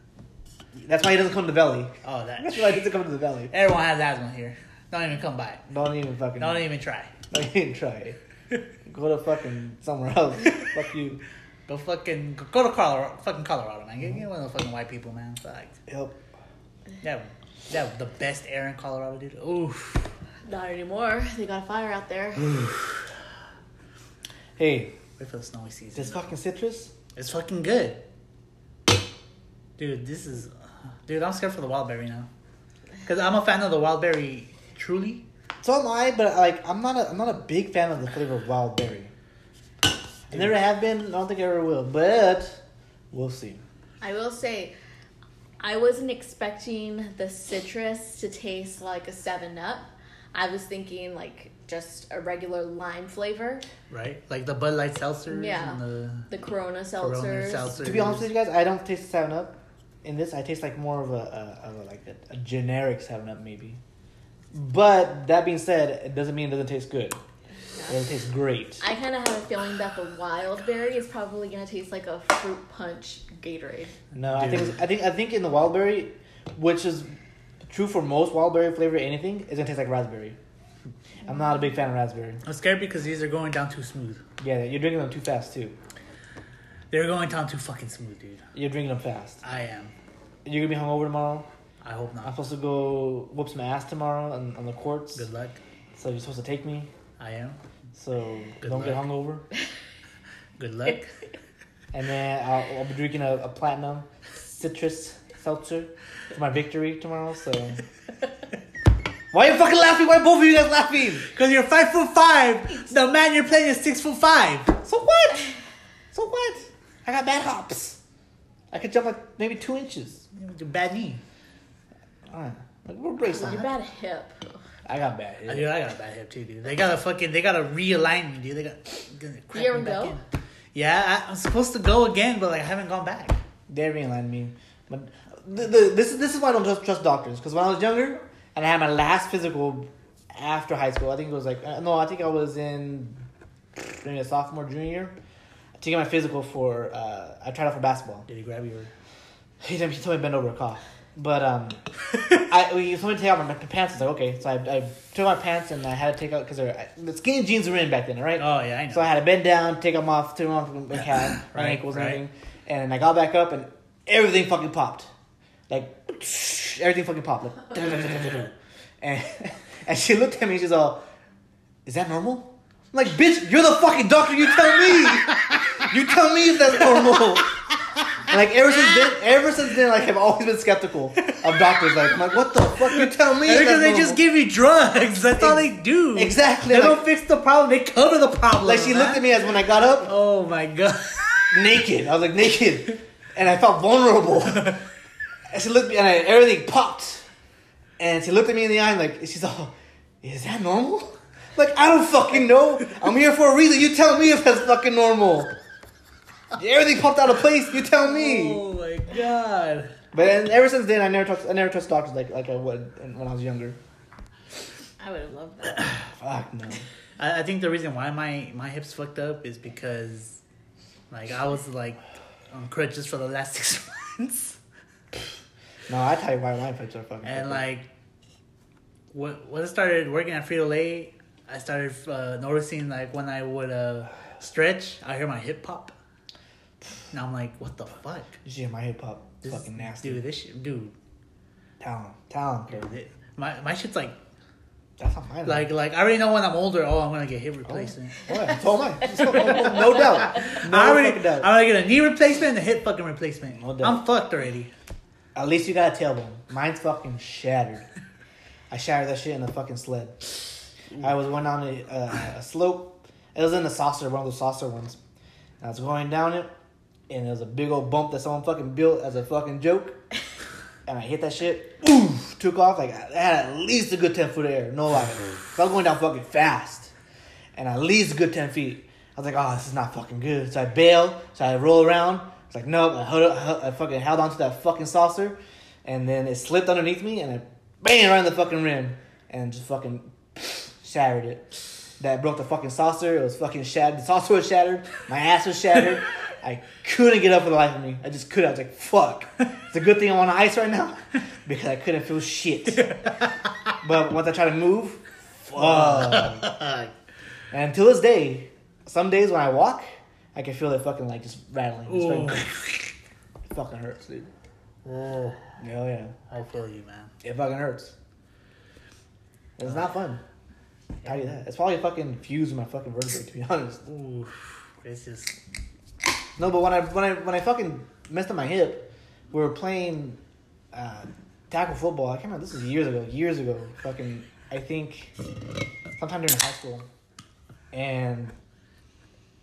S2: that's why he doesn't come to Valley.
S1: Oh, that.
S2: That's why he doesn't come to the Valley.
S1: Everyone has asthma here. Don't even come by.
S2: Don't even fucking.
S1: Don't even try.
S2: I didn't try it. Go to fucking somewhere else. Fuck you.
S1: Go fucking go to Colorado, fucking Colorado, man. Get, get one of the fucking white people, man. Fuck.
S2: Help.
S1: That that the best air in Colorado, dude. Oof.
S3: Not anymore. They got a fire out there.
S2: Hey,
S1: Wait for the snowy season.
S2: this fucking citrus?
S1: it's fucking good, dude. This is, dude. I'm scared for the wild berry now, cause I'm a fan of the wild berry. Truly,
S2: So am I, but like I'm not a I'm not a big fan of the flavor of wild berry. I never have been. I don't think I ever will. But we'll see.
S3: I will say, I wasn't expecting the citrus to taste like a 7 Up. I was thinking like just a regular lime flavor,
S1: right? Like the Bud Light seltzers
S3: Yeah.
S1: and the
S3: the Corona seltzers.
S1: Corona seltzers.
S2: To be honest with you guys, I don't taste Seven Up. In this, I taste like more of a, a, of a like a, a generic Seven Up maybe. But that being said, it doesn't mean it doesn't taste good. It doesn't taste great.
S3: I kind of have a feeling that the wild berry is probably gonna taste like a fruit punch Gatorade.
S2: No, I
S1: Dude.
S2: think it's- I think I think in the wild berry, which is true for most wild berry flavor anything, it's gonna taste like raspberry. I'm not a big fan of raspberry.
S1: I'm scared because these are going down too smooth.
S2: Yeah, you're drinking them too fast too.
S1: They're going down too fucking smooth, dude.
S2: You're drinking them fast.
S1: I am.
S2: You're gonna be hungover tomorrow.
S1: I hope
S2: I'm
S1: not.
S2: supposed to go whoop some ass tomorrow on, on the courts.
S1: Good luck.
S2: So you're supposed to take me.
S1: I am.
S2: So
S1: Good
S2: don't get
S1: luck.
S2: hungover.
S1: Good luck.
S2: And then I'll, I'll be drinking a, a platinum citrus seltzer for my victory tomorrow. So why are you fucking laughing? Why are both of you guys laughing?
S1: Because you're five foot five. The man you're playing is six foot five.
S2: So what? So what? I got bad hops. I could jump like maybe two inches.
S1: Bad knee.
S2: Uh, like we're bracing.
S3: Your bad hip.
S2: I got bad.
S1: Dude, I got a bad hip too, dude. They gotta fucking, they gotta realign me, dude. They got. gonna crack
S3: You ever
S1: me back
S3: go?
S1: in. Yeah, I, I'm supposed to go again, but like I haven't gone back.
S2: They realign me. But the, the, this is this is why I don't trust, trust doctors. Because when I was younger and I had my last physical after high school, I think it was like uh, no, I think I was in maybe a sophomore junior. year. I took my physical for uh, I tried out for basketball.
S1: Did he grab your?
S2: He told me, he told me to bend over a cough. But um, I we told me to take out my pants. I was like, okay, so I, I took my pants and I had to take out because the skinny jeans were in back then, right?
S1: Oh yeah, I know.
S2: So I had to bend down, take them off, take them off my calf, my
S1: Right,
S2: ankles,
S1: right.
S2: and everything. And I got back up, and everything fucking popped. Like, everything fucking popped. Like, and, and she looked at me, she's all, Is that normal? I'm like, bitch, you're the fucking doctor, you tell me! you tell me if that's normal! And like ever since then, ever since then, like I've always been skeptical of doctors. Like, I'm like, what the fuck? You tell me? if
S1: because
S2: that's
S1: they just
S2: normal."
S1: give you drugs. That's all they do.
S2: Exactly,
S1: They
S2: like-
S1: don't fix the problem. They cover the problem.
S2: Like she looked
S1: man.
S2: at me as when I got up,
S1: Oh my god.
S2: naked. I was like naked, and I felt vulnerable. and she looked me, and I, everything popped. And she looked at me in the eye, and like she's all, "Is that normal?" Like I don't fucking know. I'm here for a reason. You tell me if that's fucking normal. Everything popped out of place. You tell me.
S1: Oh my god.
S2: But and ever since then, I never trust. I never trust doctors like like I would when I was younger.
S3: I would have loved that.
S2: Fuck no.
S1: I, I think the reason why my my hips fucked up is because, like, I was like on crutches for the last six months,
S2: No, I tell you why my hips are fucking.
S1: and
S2: fucked up.
S1: like, when when I started working at Frito Lay, I started uh, noticing like when I would uh, stretch, I hear my hip pop. And I'm like, what the fuck?
S2: Shit, my hip hop is
S1: This-
S2: fucking nasty.
S1: Dude, this shit, dude,
S2: Talent, talent,
S1: dude,
S2: girl.
S1: it- my my shit's like
S2: Uh-huh. That's not mine.
S1: like like I already know when I'm older. Oh, I'm gonna get hip replacement.
S2: oh, yeah, so am I. So- no doubt. No
S1: I already,
S2: fucking doubt.
S1: I'm gonna get a knee replacement and a hip fucking replacement.
S2: No doubt.
S1: I'm fucked already.
S2: At least you got a tailbone. Mine's fucking shattered. I shattered that shit in a fucking sled. I was went on a, a, a slope. It was in a saucer, one of those saucer ones. I was going down it, and there was a big old bump that someone fucking built as a fucking joke. And I hit that shit. Oof! Took off. Like, I had at least a good 10 foot of air. No lie. 'Cause I was going down fucking fast. And at least a good 10 feet. I was like, oh, this is not fucking good. So I bail. So I roll around. It's like, nope. I, held, I fucking held onto that fucking saucer. And then it slipped underneath me. And I bang around the fucking rim. And just fucking shattered it. That broke the fucking saucer. It was fucking shattered. The saucer was shattered. My ass was shattered. I couldn't get up for the life of me. I just couldn't. I was like, fuck. It's a good thing I'm on ice right now because I couldn't feel shit. but once I tried to move, fuck. and to this day, some days when I walk, I can feel it fucking like just rattling. It's
S1: Ooh.
S2: fucking, it fucking hurts, dude.
S1: Oh,
S2: Oh, yeah.
S1: I feel you, man.
S2: It fucking hurts. It's not fun. I tell you that. It's probably fucking fused with my fucking vertebrae, to be honest.
S1: Ooh, this is
S2: No, but when I when I when I fucking messed up my hip, we were playing uh, tackle football. I can't remember. This was years ago. Years ago. Fucking. I think sometime during high school, and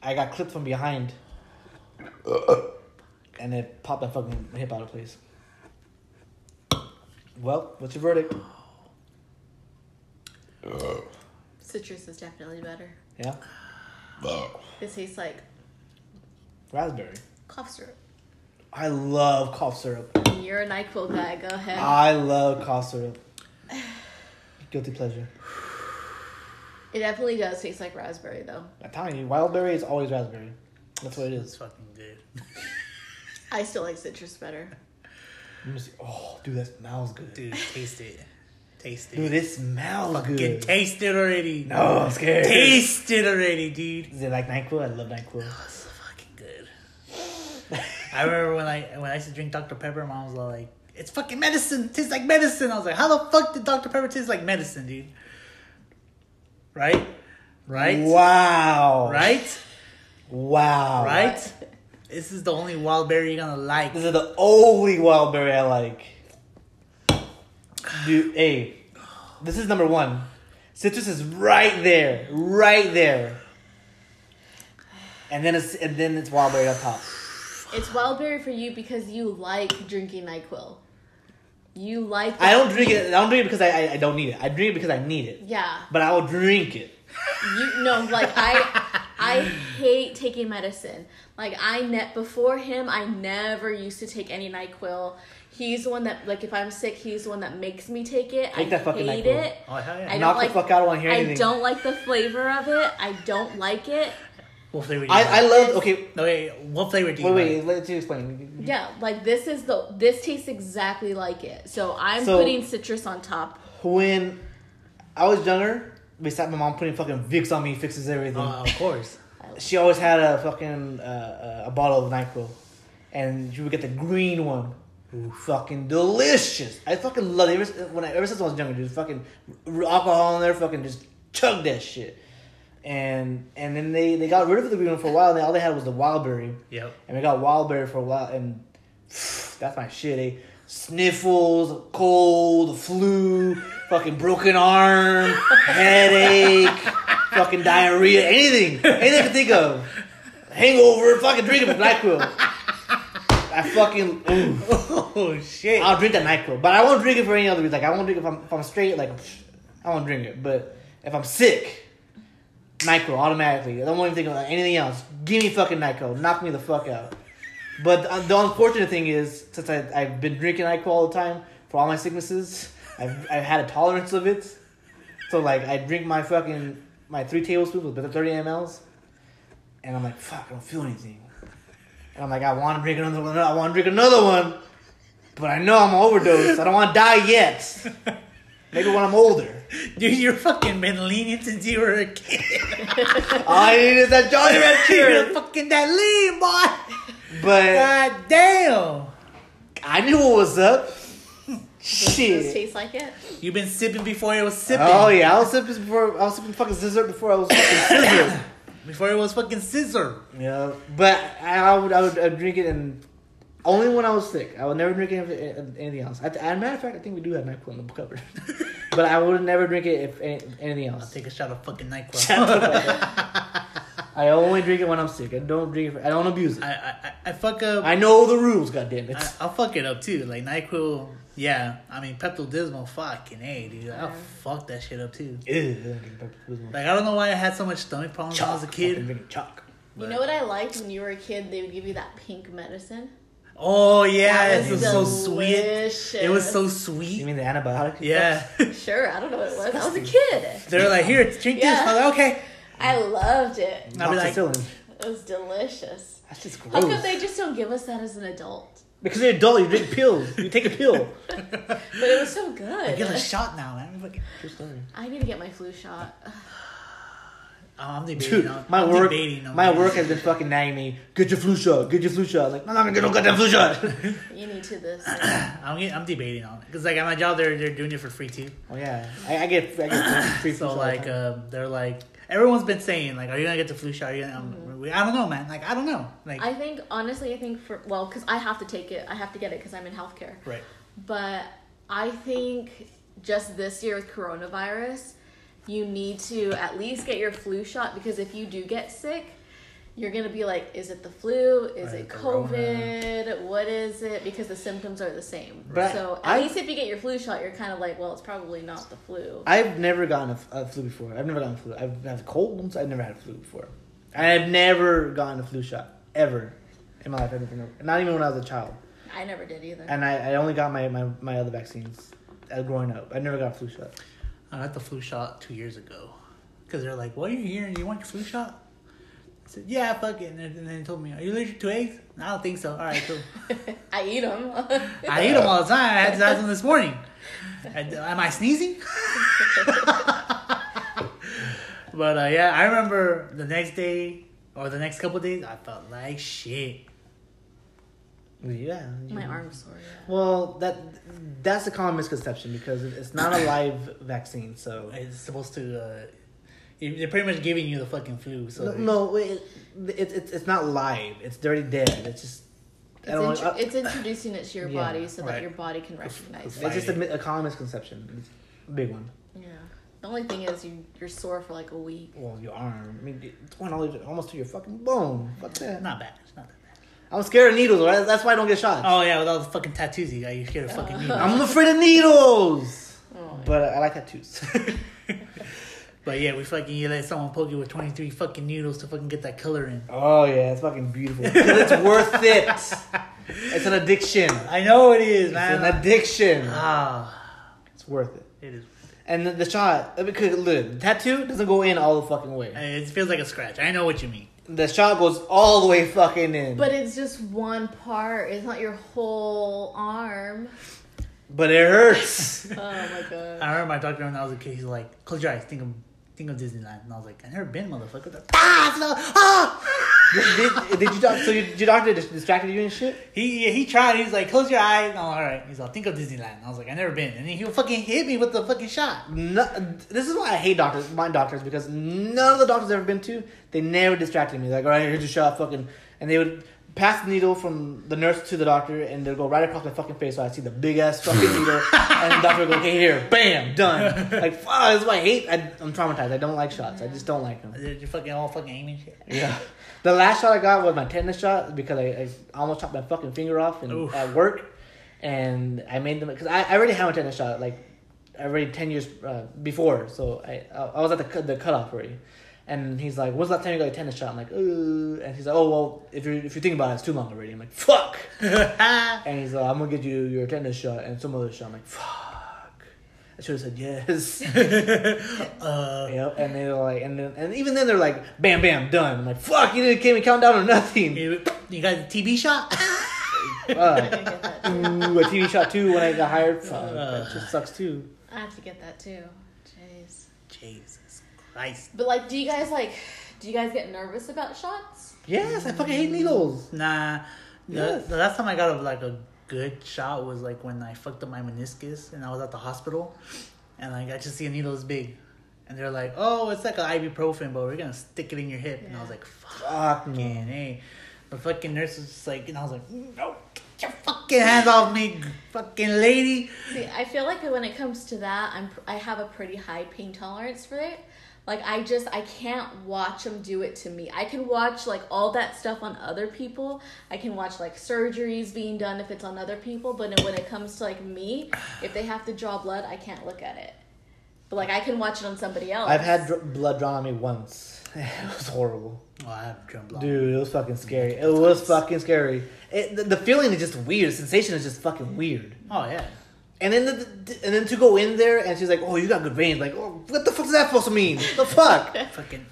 S2: I got clipped from behind, and it popped my fucking hip out of place. Well, what's your verdict?
S3: Citrus is definitely better.
S2: Yeah,
S3: This tastes like
S2: raspberry.
S3: cough syrup.
S2: I love cough syrup.
S3: You're a NyQuil guy. Go ahead.
S2: I love cough syrup. Guilty pleasure.
S3: it definitely does taste like raspberry, though.
S2: I'm telling you, wildberry is always raspberry. That's what it
S1: it's
S2: is.
S1: fucking good.
S3: I still like citrus better.
S2: Let me see. Oh, dude, that smells good. Dude,
S1: Dude, taste it. Taste it.
S2: this smells
S1: Get
S2: good.
S1: tasted already.
S2: no, I'm scared.
S1: Taste it already, dude.
S2: Is it like Nyquil? I love Nyquil.
S1: That's Oh, so fucking good. I remember when I when I used to drink Dr. Pepper, mom was all like, It's fucking medicine, tastes like medicine. I was like, How the fuck did Dr. Pepper taste like medicine, dude? Right? Right?
S2: Wow.
S1: Right?
S2: Wow.
S1: Right? This is the only wild berry you're gonna like.
S2: This is the only wildberry I like. Dude, hey, this is number one. Citrus is right there, right there. And then it's and then it's wildberry on top.
S3: It's wildberry for you because you like drinking NyQuil. You like.
S2: I don't drink it. I don't drink it because I, I I don't need it. I drink it because I need it.
S3: Yeah.
S2: But I will drink it.
S3: You no, like I I hate taking medicine. Like I net before him, I never used to take any NyQuil. He's the one that like if I'm sick, he's the one that makes me take it. I
S2: Take that fucking
S3: hate
S2: NyQuil.
S3: it.
S1: Oh hell yeah.
S3: I
S2: Knock
S3: don't
S2: the
S3: like-
S2: fuck out. I don't want to hear
S3: I
S2: anything.
S3: don't like the flavor of it. I don't like it.
S1: What flavor do you
S2: I, I
S1: like?
S2: love. Okay,
S1: No wait, what flavor do you
S2: wait,
S1: like?
S2: wait. Let you explain.
S3: Yeah, like this is the this tastes exactly like it. So I'm
S2: So-
S3: putting citrus on top.
S2: When I was younger, besides my mom putting fucking Vicks on me, fixes everything.
S1: Oh, of course.
S2: she always had a fucking uh, uh, a bottle of Nyquil, and you would get the green one. Fucking delicious! I fucking love it. Ever, s- when I, ever since I was younger, dude, fucking r- alcohol in there, fucking just chug that shit. And and then they, they got rid of the green one for a while. And all they had was the wildberry.
S1: Yep.
S2: and we got Wildberry for a while, and that's my shit. Eh? Sniffles, cold, flu, fucking broken arm, headache, fucking diarrhea, anything, anything I can think of, hangover, fucking drink it with Nyquil. I fucking, ooh,
S1: Oh shit.
S2: I'll drink that Nyquil, but I won't drink it for any other reason. Like I won't drink it if I'm if I'm straight. Like I won't drink it, but if I'm sick, Nyquil automatically. I don't want to think about anything else. Give me fucking Nyquil. Knock me the fuck out. But the, the unfortunate thing is, since I, I've been drinking Nyquil all the time for all my sicknesses, I've, I've had a tolerance of it. So, like, I drink my fucking, my three tablespoons with the 30 mLs, and I'm like, fuck, I don't feel anything. And I'm like, I want to drink another one. I want to drink another one. But I know I'm overdosed. I don't want to die yet. Maybe when I'm older.
S1: Dude, you're fucking been lenient since you were a kid.
S2: All I need is that Jolly
S1: you're
S2: Rancher.
S1: fucking that lean, boy.
S2: But
S1: God damn.
S2: I knew what was up.
S3: Does this
S2: Shit.
S3: taste like it?
S1: You've been sipping before it was sipping.
S2: Oh yeah, I was sipping before. I was sipping fucking scissor before I was fucking scissor.
S1: Before it was fucking scissor.
S2: yeah, but I, I would I would I'd drink it and only when I was sick. I would never drink it if- anything else. I, as a matter of fact, I think we do have Nyquil in the cupboard, but I would never drink it if any, anything
S1: I'll
S2: else.
S1: take a shot of fucking NyQuil.
S2: I only drink it when I'm sick. I don't drink it. For, I don't abuse it.
S1: I, I, I fuck up. I,
S2: I know the rules. goddamn it.
S1: I'll fuck it up too. Like NyQuil, yeah. I mean, Pepto Dismol, fucking A, dude. I'll
S3: Yeah.
S1: fuck that shit up too.
S2: Ew.
S1: Like, I don't know why I had so much stomach problems when I was a
S2: Fucking
S1: kid.
S2: drinking chalk.
S3: You know what I liked when you were a kid? They would give you that pink medicine.
S1: Oh, yeah.
S3: That
S1: This was so sweet.
S3: delicious.
S1: It was so
S2: You
S1: sweet.
S2: mean the antibiotic?
S1: Yeah.
S3: Sure, I don't know what it was. I was a kid.
S1: They're like, here, drink this.
S3: Yeah.
S1: I was like, okay.
S3: I loved it.
S1: I'll be like-
S2: Amoxicillin.
S3: It was delicious.
S2: That's just
S3: How
S2: gross.
S3: come they just don't give us that as an adult?
S2: Because you're an adult, you drink pills. You take a pill.
S3: But it was so
S1: I get a
S3: good.
S1: shot now, man. Fucking-
S3: I need to get my flu shot.
S1: Oh, I'm debating.
S2: Dude,
S1: I'm,
S2: my
S1: I'm
S2: work,
S1: debating on
S2: my
S1: this.
S2: work has been fucking nagging me. Get your flu shot. Get your flu shot. Like I'm not gonna get no goddamn flu shot.
S3: You need to this.
S1: I'm, get- I'm debating on it because like at my job they're they're doing it for free too.
S2: oh yeah, I, I get I get free flu
S1: So
S2: shots all
S1: like
S2: the time.
S1: um, they're like everyone's been saying like are you gonna get the flu shot? Are you gonna, I'm, like, I don't know, man. Like I don't know. Like
S3: I think honestly, I think for well, because I have to take it. I have to get it because I'm in healthcare.
S1: right.
S3: But I think just this year with coronavirus, you need to at least get your flu shot because if you do get sick, you're going to be like, is it the flu? Is
S1: Right,
S3: it
S1: corona.
S3: COVID? What is it? Because the symptoms are the same.
S2: But
S3: so at
S2: I-
S3: least if you get your flu shot, you're kind of like, well, it's probably not the flu.
S2: I've never gotten a, f- a flu before. I've never gotten flu. I've had colds. I've never had a flu before. I've never gotten a flu shot ever in my life. I've never, not even when I was a child.
S3: I never did either.
S2: And I, I only got my, my, my other vaccines uh, growing up. I never got a flu shot.
S1: I got the flu shot two years ago because they're like, well, you're here and you want your flu shot. I said, yeah, fuck it. And then and then they told me, are you allergic to eggs? I don't think so. All right, cool.
S3: I eat them.
S1: I eat them all the time. I had to have some this morning. And, uh, am I sneezing? but uh, yeah, I remember the next day or the next couple days, I felt like shit.
S2: Yeah.
S3: My
S2: you-
S3: arm's sore. yeah.
S2: Well, that that's a common misconception because it- it's not a live vaccine. So
S1: It's supposed to. Uh, you- they're pretty much giving you the fucking flu. So
S2: no, no it, it, it, it's not live. It's already dead. It's just I
S3: It's,
S2: don't
S3: intro-
S2: want-
S3: it's introducing it to your
S2: Yeah,
S3: body so that
S1: right.
S3: your body can recognize it.
S2: it's just a, mi- a common misconception. It's a big one.
S3: Yeah. The only thing is you you're sore for like a week.
S2: Well, your arm. I mean, it's going all, the- almost to your fucking bone. Fuck that.
S1: not bad. It's not that bad.
S2: I'm scared of needles. Right? That's why I don't get shots.
S1: Oh yeah, with all the fucking tattoos you got, you scared of fucking needles.
S2: I'm afraid of needles.
S3: Oh,
S2: But I like tattoos.
S1: But yeah, we fucking you let someone poke you with twenty three fucking needles to fucking get that color in.
S2: oh yeah, it's fucking beautiful. it's worth it. It's an addiction.
S1: I know it is,
S2: It's an
S1: man.
S2: addiction.
S1: Ah,
S2: It's worth it.
S1: it is.
S2: And the, the shot, I mean, 'cause look, the tattoo doesn't go in all the fucking way.
S1: It feels like a scratch. I know what you mean.
S2: The shot goes all the way fucking in.
S3: But it's just one part. It's not your whole arm.
S2: But it hurts.
S3: Oh my god.
S1: I remember my doctor when I was a kid. He's like, "Close your eyes. Think of, think of Disneyland." And I was like, "I never been, motherfucker." They're like, ah, no, ah!
S2: did, did, did you doc- so your, your doctor dis- distracted you and shit?
S1: He he tried. He's like, "Close your eyes." And I'm like, all right. He's like, "Think of Disneyland." And I was like, "I never been." And then he'll fucking hit me with the fucking shot.
S2: No, this is why I hate doctors, my doctors, because none of the doctors I've ever been to, they never distracted me. Like, oh, all right, here's your shot, fucking, and they would pass the needle from the nurse to the doctor, and they'll go right across my fucking face, so I see the big ass fucking needle, and the doctor would go, okay, here, bam, done. Like, fuck, this is why I hate. I, I'm traumatized. I don't like shots. I just don't like them.
S1: You're fucking all fucking aiming shit.
S2: Yeah. The last shot I got was my tetanus shot because I, I almost chopped my fucking finger off and
S1: Oof.
S2: at work, and I made them because I, I already had my tetanus shot like already ten years uh, before, so I I I was at the cut- the cutoff already. And he's like, "When's the last time you got a tennis shot?" I'm like, "Ooh," and he's like, "Oh well, if you if you think about it, it's too long already." I'm like, "Fuck!"
S1: Ah,
S2: And he's like, "I'm gonna get you your tennis shot and some other shot." I'm like, "Fuck!" I should have said yes.
S1: uh,
S2: yep. And they're like, and then, and even then they're like, "Bam, bam, done." I'm like, "Fuck! You didn't give me countdown or nothing."
S1: you you got a TV shot?
S3: I
S2: Uh,
S3: gotta get that too.
S2: ooh, a TV shot too when I got hired. Fuck,
S1: Uh.
S2: that just sucks too.
S3: I have to get that too. Jeez.
S1: Jesus Christ.
S3: But like, do you guys like? Do you guys get nervous about shots?
S2: Yes, I fucking hate needles.
S1: Nah. The,
S2: Yes.
S1: the last time I got a, like a good shot was like when I fucked up my meniscus and I was at the hospital, and like I just see a needle this big, and they're like, "Oh, it's like an ibuprofen, but we're gonna stick it in your hip," and I was
S3: Yeah.
S1: like,
S2: Fuck me.
S1: "Fucking hey." The fucking nurse was just like, and I was like, "No, get your fucking hands off me, fucking lady."
S3: See, I feel like when it comes to that, I'm I have a pretty high pain tolerance for it. Like I just I can't watch them do it to me. I can watch like all that stuff on other people. I can watch like surgeries being done if it's on other people, but when it comes to like me, if they have to draw blood, I can't look at it. But like I can watch it on somebody else.
S2: I've had dr- blood drawn on me once. It was horrible,
S1: Oh, I have drum block.
S2: dude. It was fucking scary. It was fucking scary. It, the, the feeling is just weird. The sensation is just fucking weird.
S1: Oh yeah.
S2: And then the, the- and then to go in there and she's like, "Oh, you got good veins." Like, "Oh, what the fuck is that supposed to mean? The fuck?"
S1: Fucking.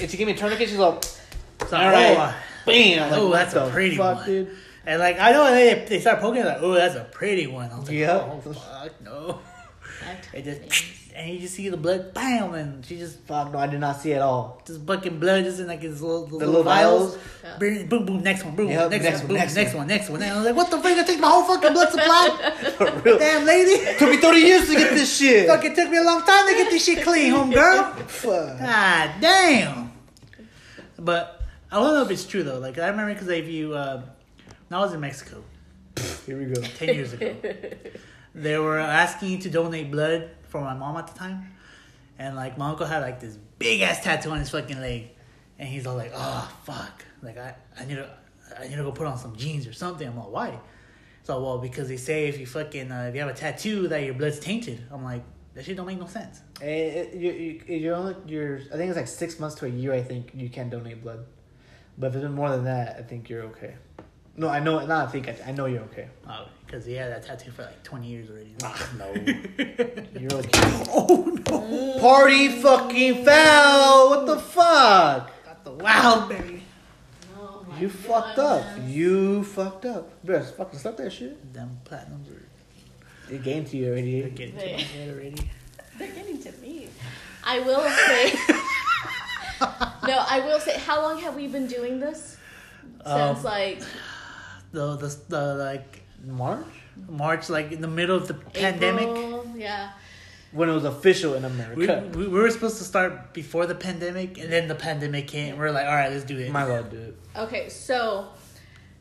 S2: and she gave me a tourniquet. She's like,
S1: So,
S2: "All right,
S1: oh,
S2: bam." I'm like,
S1: oh,
S2: "What
S1: that's a
S2: the
S1: pretty
S2: fuck,
S1: one."
S2: dude.
S1: And like I know they they start poking like, oh that's a pretty one. I was like,
S2: Yeah.
S1: oh fuck no.
S3: I've
S1: It
S3: done
S1: just
S3: things.
S1: and you just see the blood bam and she just
S2: Fuck no, I did not see it at all.
S1: just fucking blood just in like his little the
S2: little vials.
S3: Yeah.
S1: Boom, boom, boom, next one, boom,
S2: Yep,
S1: next,
S2: next
S1: one,
S2: one,
S1: boom, next,
S2: next
S1: one. next one. And I was like, what the fuck? You gonna take my whole fucking blood supply?
S2: For real.
S1: Damn lady.
S2: took me thirty years to get this shit.
S1: fucking took me a long time to get this shit clean, homegirl.
S2: Fuck.
S1: God damn. But I don't know if it's true though. Like I remember because if you, uh, when I was in Mexico
S2: Here we go.
S1: ten years ago, they were asking you to donate blood for my mom at the time, and like my uncle had like this big ass tattoo on his fucking leg, and he's all like, "Oh fuck, like I I need to I need to go put on some jeans or something." I'm like, "Why?" So well because they say if you fucking uh, if you have a tattoo that your blood's tainted. I'm like that shit don't make no sense.
S2: Eh, eh, you, you, eh, you're only you're. I think it's like six months to a year. I think you can donate blood, but if it's been more than that, I think you're okay. No, I know. Not I think. I, I know you're okay.
S1: Oh, because he had that tattoo for like 20 years already.
S2: Ah, No, you're okay.
S1: oh no!
S2: Party fucking foul. What the fuck?
S1: Got the wild baby.
S3: Oh my
S2: You fucked up.
S3: goodness.
S2: You fucked up. Bruh, fucking stop that shit.
S1: Them platinums are
S2: It game to you
S1: they're
S2: already.
S1: getting to my head already.
S3: They're getting to me. I will say. no, I will say. How long have we been doing this? Sounds
S1: Um,
S3: like
S1: The, the, the like
S2: March
S1: March, like in the middle of the pandemic.
S3: April, yeah.
S2: when it was official in
S1: We,
S2: America.
S1: we, we were supposed to start before the pandemic, and then the pandemic came. And we're like, all right, let's do it.
S2: My lord, dude.
S3: Okay, so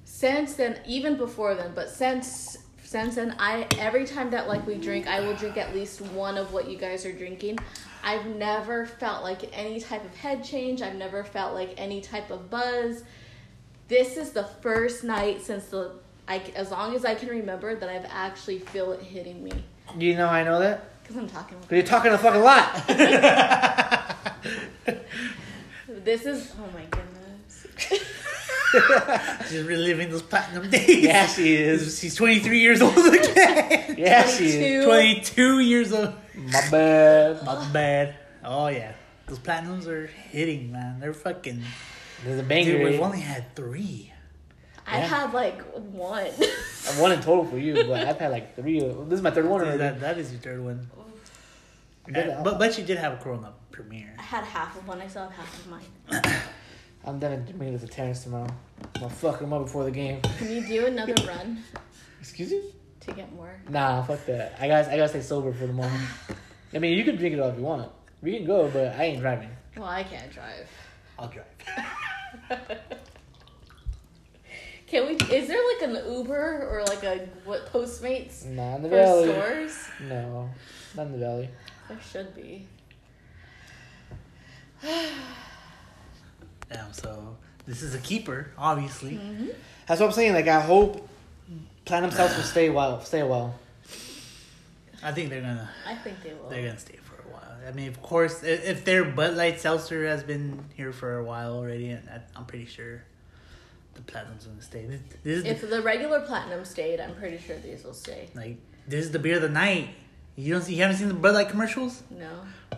S3: since then, even before then, but since since then, I every time that like we drink, I will drink at least one of what you guys are drinking. I've never felt like any type of head change. I've never felt like any type of buzz. This is the first night since the I, as long as I can remember that I've actually feel it hitting me
S2: You know how I know that?
S3: because I'm talking.
S2: Cause you're talking a fucking lot.
S3: This is oh my goodness.
S1: Just reliving those platinum days.
S2: yeah, she is.
S1: She's she's 23 years old again.
S2: Yeah, she is.
S3: 22.
S1: 22 years old.
S2: My bad.
S1: Not bad. Oh, yeah. Those platinums are hitting, man. They're fucking.
S2: There's a banger.
S1: Dude, we've only had three.
S3: I
S2: Yeah.
S3: had like one.
S2: I'm one in total for you, but I've had like three. Of, this is my third one
S1: Dude,
S2: already.
S1: that, that is your third one.
S2: Yeah,
S1: but but you did have a Corona premiere.
S3: I had half of one. I still have half of mine.
S2: I'm definitely making this a Terrence tomorrow. I'm gonna fuck him up before the game.
S3: Can you do another run
S2: Excuse me?
S3: to get more?
S2: Nah, fuck that. I gotta, I gotta stay sober for the moment. I mean, you can drink it all if you want. We can go, but I ain't driving.
S3: Well, I can't drive.
S1: I'll drive.
S3: Can we? Is there like an Uber or like a what Postmates
S2: Not in the
S3: for
S2: valley.
S3: stores?
S2: No, not in the valley.
S3: There should be.
S1: Damn, Um, so this is a keeper, obviously.
S2: That's what I'm saying. Like, I hope Platinum South will stay a while. Stay a while.
S1: I think they're gonna
S3: I think they will.
S1: they're gonna stay for a while. I mean, of course, i- if their Bud Light Seltzer has been here for a while already, and I- I'm pretty sure the Platinum's gonna stay. This, this is the-
S3: If the regular platinum stayed, I'm pretty sure these will stay.
S1: like this is the beer of the night. You don't see, you haven't seen the Bud Light commercials?
S3: No.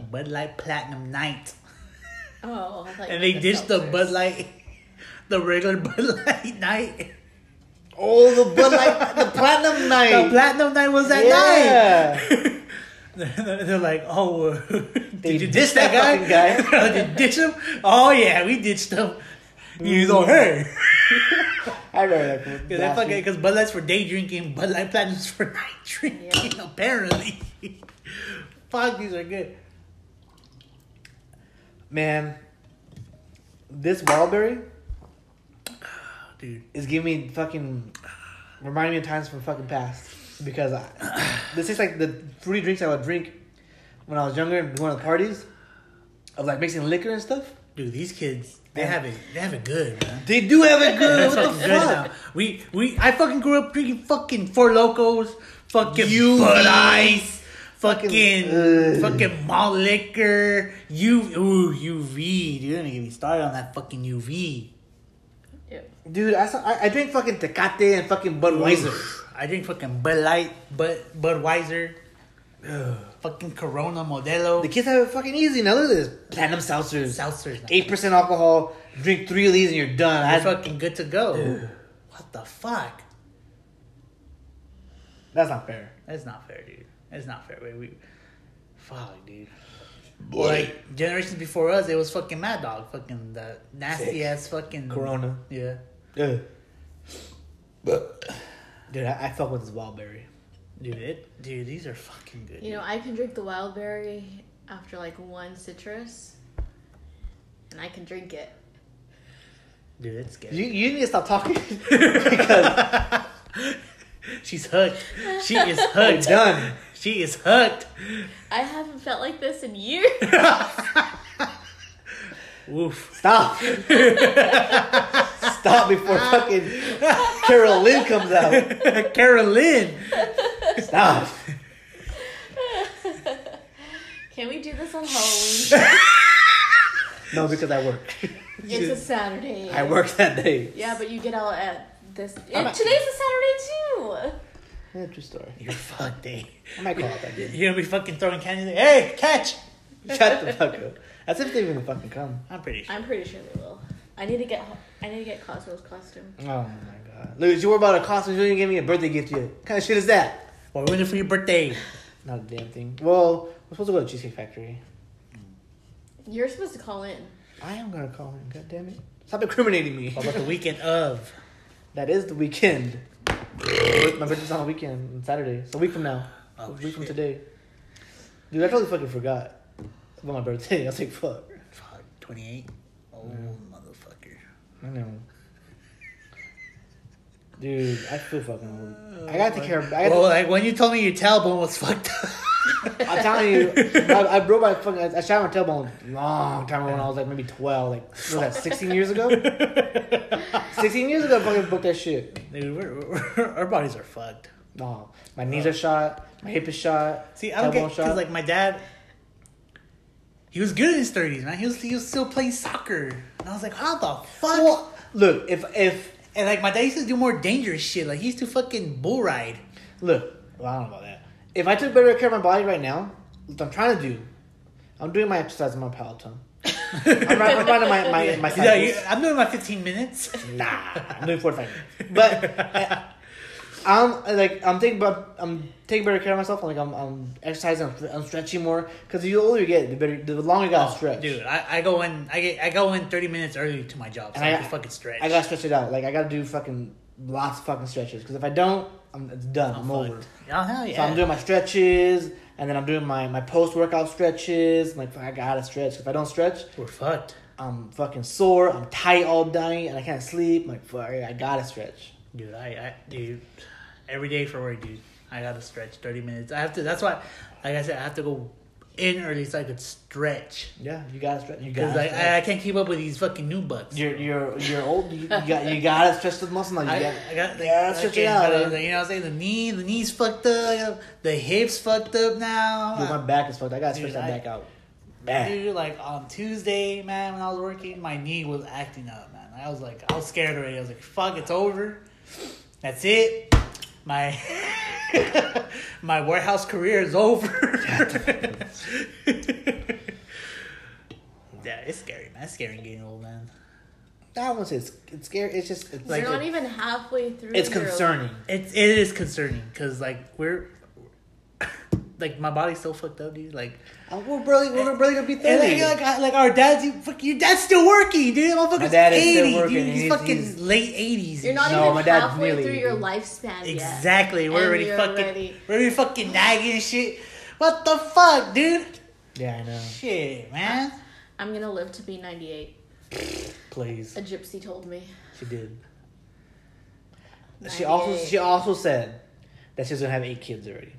S1: Bud Light Platinum Night,
S3: Oh, I thought you
S1: and they
S3: meant
S1: ditched the
S3: seltzers.
S1: Bud Light, the regular Bud Light night.
S2: Oh, the Bud Light, the Platinum Night.
S1: The Platinum Night was that
S2: Yeah.
S1: night. They're they're like, oh, did
S2: They
S1: you ditch
S2: ditched
S1: that
S2: that
S1: guy?
S2: fucking guy.
S1: did you ditch him? Oh yeah, we ditched him.
S2: Mm.
S1: You don't her.
S2: I remember that.
S1: Because
S2: that
S1: fucking
S2: fucking-
S1: because Bud Light's for day drinking, Bud Light Platinum's for night drinking.
S3: Yeah.
S1: Apparently, fuck, these are good.
S2: Man, this Wildberry
S1: Dude,
S2: is giving me fucking reminding me of times from fucking past because I, this tastes like the fruity drinks I would drink when I was younger and going to parties of like mixing liquor and stuff.
S1: dude, these kids they
S2: Man.
S1: have it they have it good, man.
S2: They do have it good.
S1: That's
S2: what
S1: fucking
S2: the
S1: good
S2: fuck?
S1: now. We we I fucking grew up drinking fucking Four Locos, fucking
S2: UV.
S1: Bud Ice, fucking
S2: Fucking-
S1: fucking, malt liquor, U ooh UV. Dude, don't even get me started on that fucking UV.
S3: Ew.
S2: Dude, I, saw, I I drink fucking Tecate and fucking Budweiser.
S1: Oof. I drink fucking Bud Light, Bud Budweiser, fucking Corona Modelo,
S2: The kids have it fucking easy. Now look at this platinum seltzers,
S1: seltzers. now.
S2: eight percent alcohol. Drink three of these and you're done.
S1: You're
S2: I,
S1: fucking good to go. What the fuck?
S2: that's not fair.
S1: That's not fair, dude. That's not fair. We, we fuck, dude. Like generations before us, it was fucking Mad Dog, fucking the nasty
S2: Sick.
S1: ass fucking
S2: Corona.
S1: Yeah,
S2: Ugh. Dude, I, I fuck with this wildberry.
S1: dude, it, dude, these are fucking good.
S3: You know, I can drink the wildberry after like one citrus, and I can drink it.
S1: dude, it's good.
S2: You, you need to stop talking because
S1: She's hooked. She is
S2: we're
S1: hooked.
S2: done.
S1: she is hooked.
S3: I haven't felt like this in years.
S1: Woof.
S2: Stop. Stop before fucking Carol Lynn comes out.
S1: Carolyn.
S2: Stop.
S3: Can we do this on Halloween?
S2: No, because I work.
S3: it's a Saturday.
S2: I work that day.
S3: Yeah, but you get out at this.
S2: I'm not-
S3: today's a Saturday too.
S2: Yeah, true story.
S1: You're fucked, eh?
S2: I might call it that day.
S1: You're gonna be fucking throwing candy. Like, hey, catch!
S2: Shut the fuck up. That's if they even fucking come.
S1: I'm pretty sure.
S3: I'm pretty sure they will. I need to get. I need to get Cosmo's costume.
S2: Oh my god. Louis, you were about a costume. You didn't give me a birthday gift yet. What kind of shit is that?
S1: Well, we're winning for your birthday.
S2: Not a damn thing. Well, we're supposed to go to Cheesecake Factory.
S3: You're supposed to call in.
S2: I am gonna call him. God damn it. Stop incriminating me.
S1: What about the weekend of?
S2: That is the weekend. My birthday's on a weekend, on Saturday. It's a week from now.
S1: Oh,
S2: a week from
S1: shit.
S2: today. Dude, I totally fucking forgot about my birthday. I was like, fuck.
S1: Fuck, 28. Old motherfucker.
S2: I know. Dude, I feel fucking old. I got to care. I
S1: Well,
S2: got
S1: like when you told me your tailbone was fucked up.
S2: to, I'm telling you, I, I broke my fucking. I, I shot my tailbone a long time ago when I was like maybe 12. Like, what was that, 16 years ago? 16 years ago, I fucking booked that shit.
S1: Dude, we're, we're, our bodies are fucked.
S2: No. My knees are shot. My hip is shot.
S1: See, I don't get
S2: tailbone
S1: because like my dad, he was good in his thirties, man. He was he was still playing soccer, and I was like, how the fuck?
S2: Well, look, if if
S1: and like my dad used to do more dangerous shit. Like he used to fucking bull ride.
S2: Look, well, I don't know about that. If I took better care of my body right now, what I'm trying to do, I'm doing my exercise in my Peloton. I'm right, I'm right on my, my, my
S1: He's like,
S2: cycles.
S1: "Yeah, I'm doing my 15 minutes.
S2: Nah, I'm doing 45. But uh, I'm like, I'm taking, bu- I'm taking better care of myself. Like, I'm, I'm exercising, I'm, I'm stretching more. Because the older you get, the better, the longer you gotta stretch.
S1: Oh, Dude, I, I go in I get I go in 30 minutes early to my job, so
S2: And
S1: I,
S2: I-
S1: can fucking stretch.
S2: I gotta stretch it out. Like, I gotta do fucking lots of fucking stretches. Because if I don't, I'm, it's done. I'm,
S1: I'm
S2: over.
S1: fucked. Oh hell yeah!
S2: So I'm doing my stretches, and then I'm doing my, my post workout stretches. I'm like, I gotta stretch. If I don't stretch,
S1: We're fucked,
S2: I'm fucking sore. I'm tight all night, and I can't sleep. I'm like, fuck, I gotta stretch.
S1: dude. I, I dude, every day for work, dude. I gotta stretch 30 minutes. I have to. That's why, like I said, I have to go in early so I could stretch.
S2: Yeah, you gotta stretch. You
S1: Because
S2: gotta.
S1: like
S2: stretch.
S1: I, I can't keep up with these fucking new bucks.
S2: you're you're you're old. You, you got you gotta stretch the muscle. Now. You
S1: I,
S2: gotta,
S1: I got like,
S2: yeah,
S1: yeah,
S2: stretch it out.
S1: you know what I'm saying? The knee, the knee's fucked up. I got- The hips fucked up now.
S2: Dude, my back is fucked. I gotta stretch
S1: Dude,
S2: that
S1: I-
S2: back out. Man.
S1: Dude, like on Tuesday, man, when I was working, my knee was acting up, man. I was like, I was scared already. I was like, fuck, it's over. That's it. My my warehouse career is over. yeah, it's scary, man. It's scary getting old, man.
S2: I won't say it's, it's scary. It's just it's like
S3: You're not
S2: it-
S3: even halfway through.
S2: it's
S3: your-
S2: concerning.
S1: It's it is concerning because like we're like my body's so fucked up, dude. Like
S2: Uh, We're barely we're barely gonna be
S1: And
S2: thirty.
S1: like, like, I- like our dad's, you, fuck, your dad's still working, dude. Motherfucker's
S2: My dad is still
S1: 80,
S2: working,
S1: dude.
S2: and
S1: He's,
S2: he's-
S1: fucking
S2: he's-
S1: late 80s.
S3: You're not
S2: No, my
S3: even
S2: dad's
S3: halfway
S2: nearly
S3: through your
S2: eighty.
S3: lifespan yet.
S1: Exactly. We're
S3: And
S1: already
S3: you're
S1: fucking,
S3: already-
S1: we're already fucking nagging and shit. What the fuck, dude?
S2: Yeah, I know.
S1: Shit, man.
S3: I'm gonna live to be 98.
S1: Please,
S3: A gypsy told me.
S1: she did.
S2: She also
S3: 98.
S2: she also said that she was gonna have eight kids already.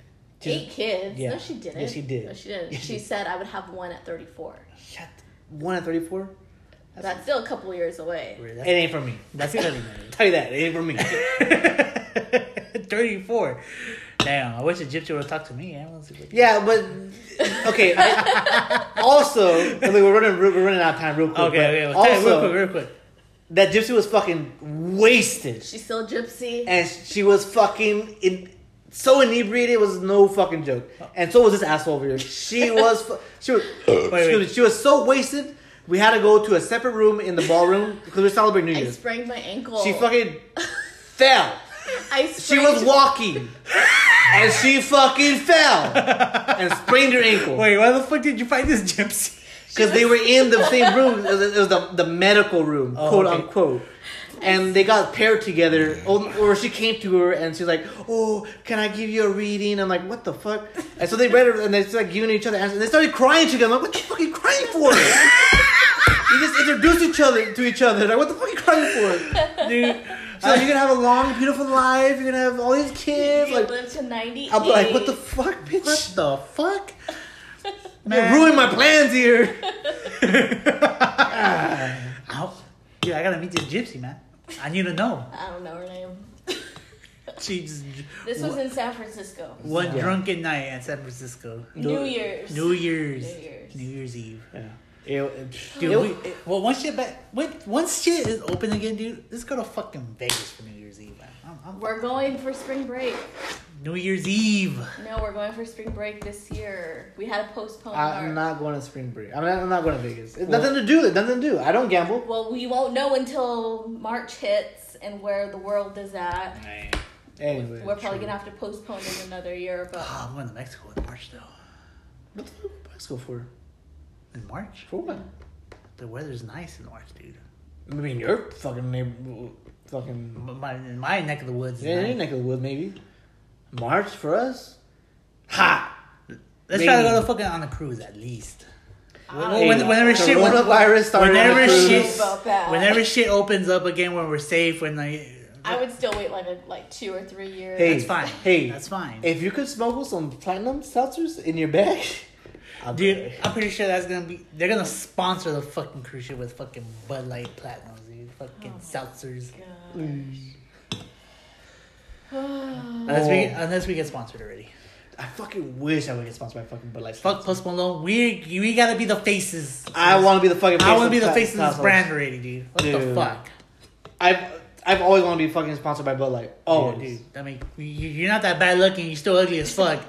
S2: She's-
S3: eight kids.
S2: Yeah.
S3: No, she didn't.
S2: Yes, she did.
S3: No, she didn't.
S2: Yes, she
S3: She said I would have one at 34.
S2: Shut one at thirty four.
S3: That's, still a couple years away.
S2: It ain't for me.
S1: That's killing me.
S2: Tell you that it ain't for me.
S1: 34. Damn, I wish Egyptian would have talked to me. I wanna see what-
S2: yeah, but okay. I- also, I mean, we're running we're running out of time real quick.
S1: Okay,
S2: but
S1: okay. Well,
S2: also,
S1: tell you real quick, real quick.
S2: that gypsy was fucking wasted,
S3: She's still gypsy.
S2: and she was fucking in. So inebriated it was no fucking joke, and so was this asshole over here. She was, fu- she was, excuse me,
S1: wait.
S2: she was so wasted. We had to go to a separate room in the ballroom because we were celebrating New
S3: I
S2: Year's.
S3: sprained my ankle.
S2: She fucking fell.
S3: I
S2: She
S3: sprained,
S2: was walking. And she fucking fell and sprained her ankle
S1: Wait, why the fuck did you find this gypsy?
S2: because they were in the same room. It was, it was the, the medical room,
S1: Oh,
S2: quote
S1: okay.
S2: unquote. And they got paired together, or or she came to her and she's like, "Oh, can I give you a reading?" I'm like, "What the fuck?" And so they read it, and they started giving each other answers, and they started crying together. I'm like, "What the fuck are you crying for?" you just introduced each other to each other. Like, what the fuck are you crying for?
S1: Dude,
S2: So you're gonna have a long, beautiful life. You're gonna have all these kids.
S3: You
S2: Like,
S3: lived to 98.
S2: I'm like, what the fuck, bitch?
S1: what the fuck?
S2: You ruined my plans here.
S1: Ow. Oh, Dude, I gotta meet this gypsy, man. I need to know.
S3: I don't know her name.
S1: She just
S3: This was
S1: one,
S3: in San Francisco.
S1: one
S2: Yeah.
S1: drunken night at San Francisco.
S3: New Year's.
S1: New Year's.
S3: New Year's.
S1: New Year's Eve.
S2: Yeah. It, it,
S1: Dude,
S2: it-
S1: we, well, once shit back, when, once shit is open again, dude, let's go to fucking Vegas for New Year's Eve. Man. I'm, I'm,
S3: We're going for spring break.
S1: New Year's Eve.
S3: No, we're going for spring break this year. We had to postpone our.
S2: I'm not going to spring break. I'm not, I'm not going to Vegas. It's nothing to do. Nothing to do. I don't gamble.
S3: Well, we won't know until March hits and where the world is at.
S2: Anyway,
S3: We're probably gonna have to postpone it another year, but
S1: Oh, I'm going to Mexico in March though.
S2: What the fuck is Mexico for?
S1: In March,
S2: For what?
S1: the weather's nice in March, dude.
S2: I mean, your fucking neighbor, fucking
S1: But my in my neck of the woods. is
S2: yeah, your
S1: nice.
S2: neck of the wood maybe. March for us. Ha.
S1: Let's try to
S2: Maybe.
S1: go to fucking on a cruise at least.
S3: I
S1: Well, when-
S3: know
S1: whenever
S3: about
S1: shit-
S3: that.
S2: Coronavirus started.
S1: whenever
S2: on the
S3: I
S2: cruise.
S3: don't know
S1: shit-
S3: about that.
S1: Whenever shit opens up again, when we're safe, when like
S3: I would still wait like a, like two or three years.
S2: Hey.
S1: that's fine.
S2: Hey.
S1: that's fine.
S2: If you could smuggle some platinum seltzers in your bag, I'll
S1: Dude, I'm pretty sure that's gonna be. They're gonna sponsor the fucking cruise ship with fucking Bud Light Platinums, dude. Fucking
S3: Oh.
S1: seltzers.
S3: God.
S1: Unless we
S2: Oh.
S1: unless we get sponsored already.
S2: I fucking wish I would get sponsored by fucking Bud Light.
S1: Fuck Post Malone. We we gotta be the faces.
S2: I want to be the fucking.
S1: I want to be the
S2: Pla-
S1: face of this
S2: Platinum.
S1: brand already, dude. What the
S2: Dude.
S1: fuck?
S2: I've I've always wanted to be fucking sponsored by Bud Light.
S1: Oh,
S2: Always.
S1: dude. I mean, you, you're not that bad looking. You're still ugly as fuck.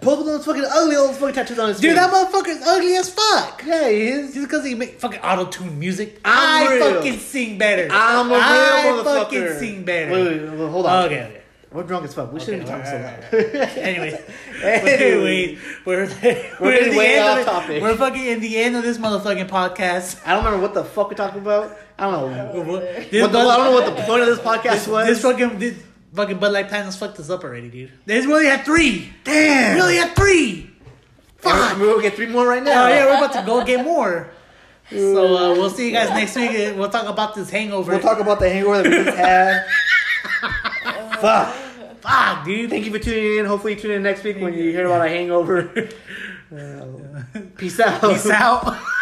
S2: Post Malone's fucking ugly. All those fucking tattoos on his
S1: Dude,
S2: face.
S1: that motherfucker's ugly as fuck.
S2: yeah, he is.
S1: Just because he make fucking auto tune music,
S2: I'm
S1: I
S2: real.
S1: fucking sing better.
S2: I'm a real
S1: I
S2: motherfucker.
S1: fucking sing better.
S2: Wait, wait, wait, wait, hold on.
S1: Okay, okay.
S2: We're drunk as fuck. We shouldn't be
S1: Okay,
S2: talking so
S1: alright,
S2: loud.
S1: Anyways,
S2: Anyway.
S1: anyways, we're we're, at
S2: getting
S1: the
S2: way
S1: end
S2: off
S1: of it.
S2: topic.
S1: We're fucking in the end of this motherfucking podcast.
S2: I don't remember what the fuck we're talking about. I don't know. What
S1: What-
S2: the,
S1: This,
S2: I don't know what the point of this podcast was.
S1: this fucking this fucking Bud Light Platinum's fucked us up already, dude. There's really had three.
S2: Damn.
S1: Really had three.
S2: Fuck. We're gonna get three more right now.
S1: Oh yeah, we're about to go get more. So uh, we'll see you guys next week. Uh, We'll talk about this hangover.
S2: We'll talk about the hangover that we just had. fuck.
S1: Fuck, dude.
S2: Thank you for tuning in. Hopefully, you tune in next week when you hear about a hangover. Uh, peace out.
S1: Peace out.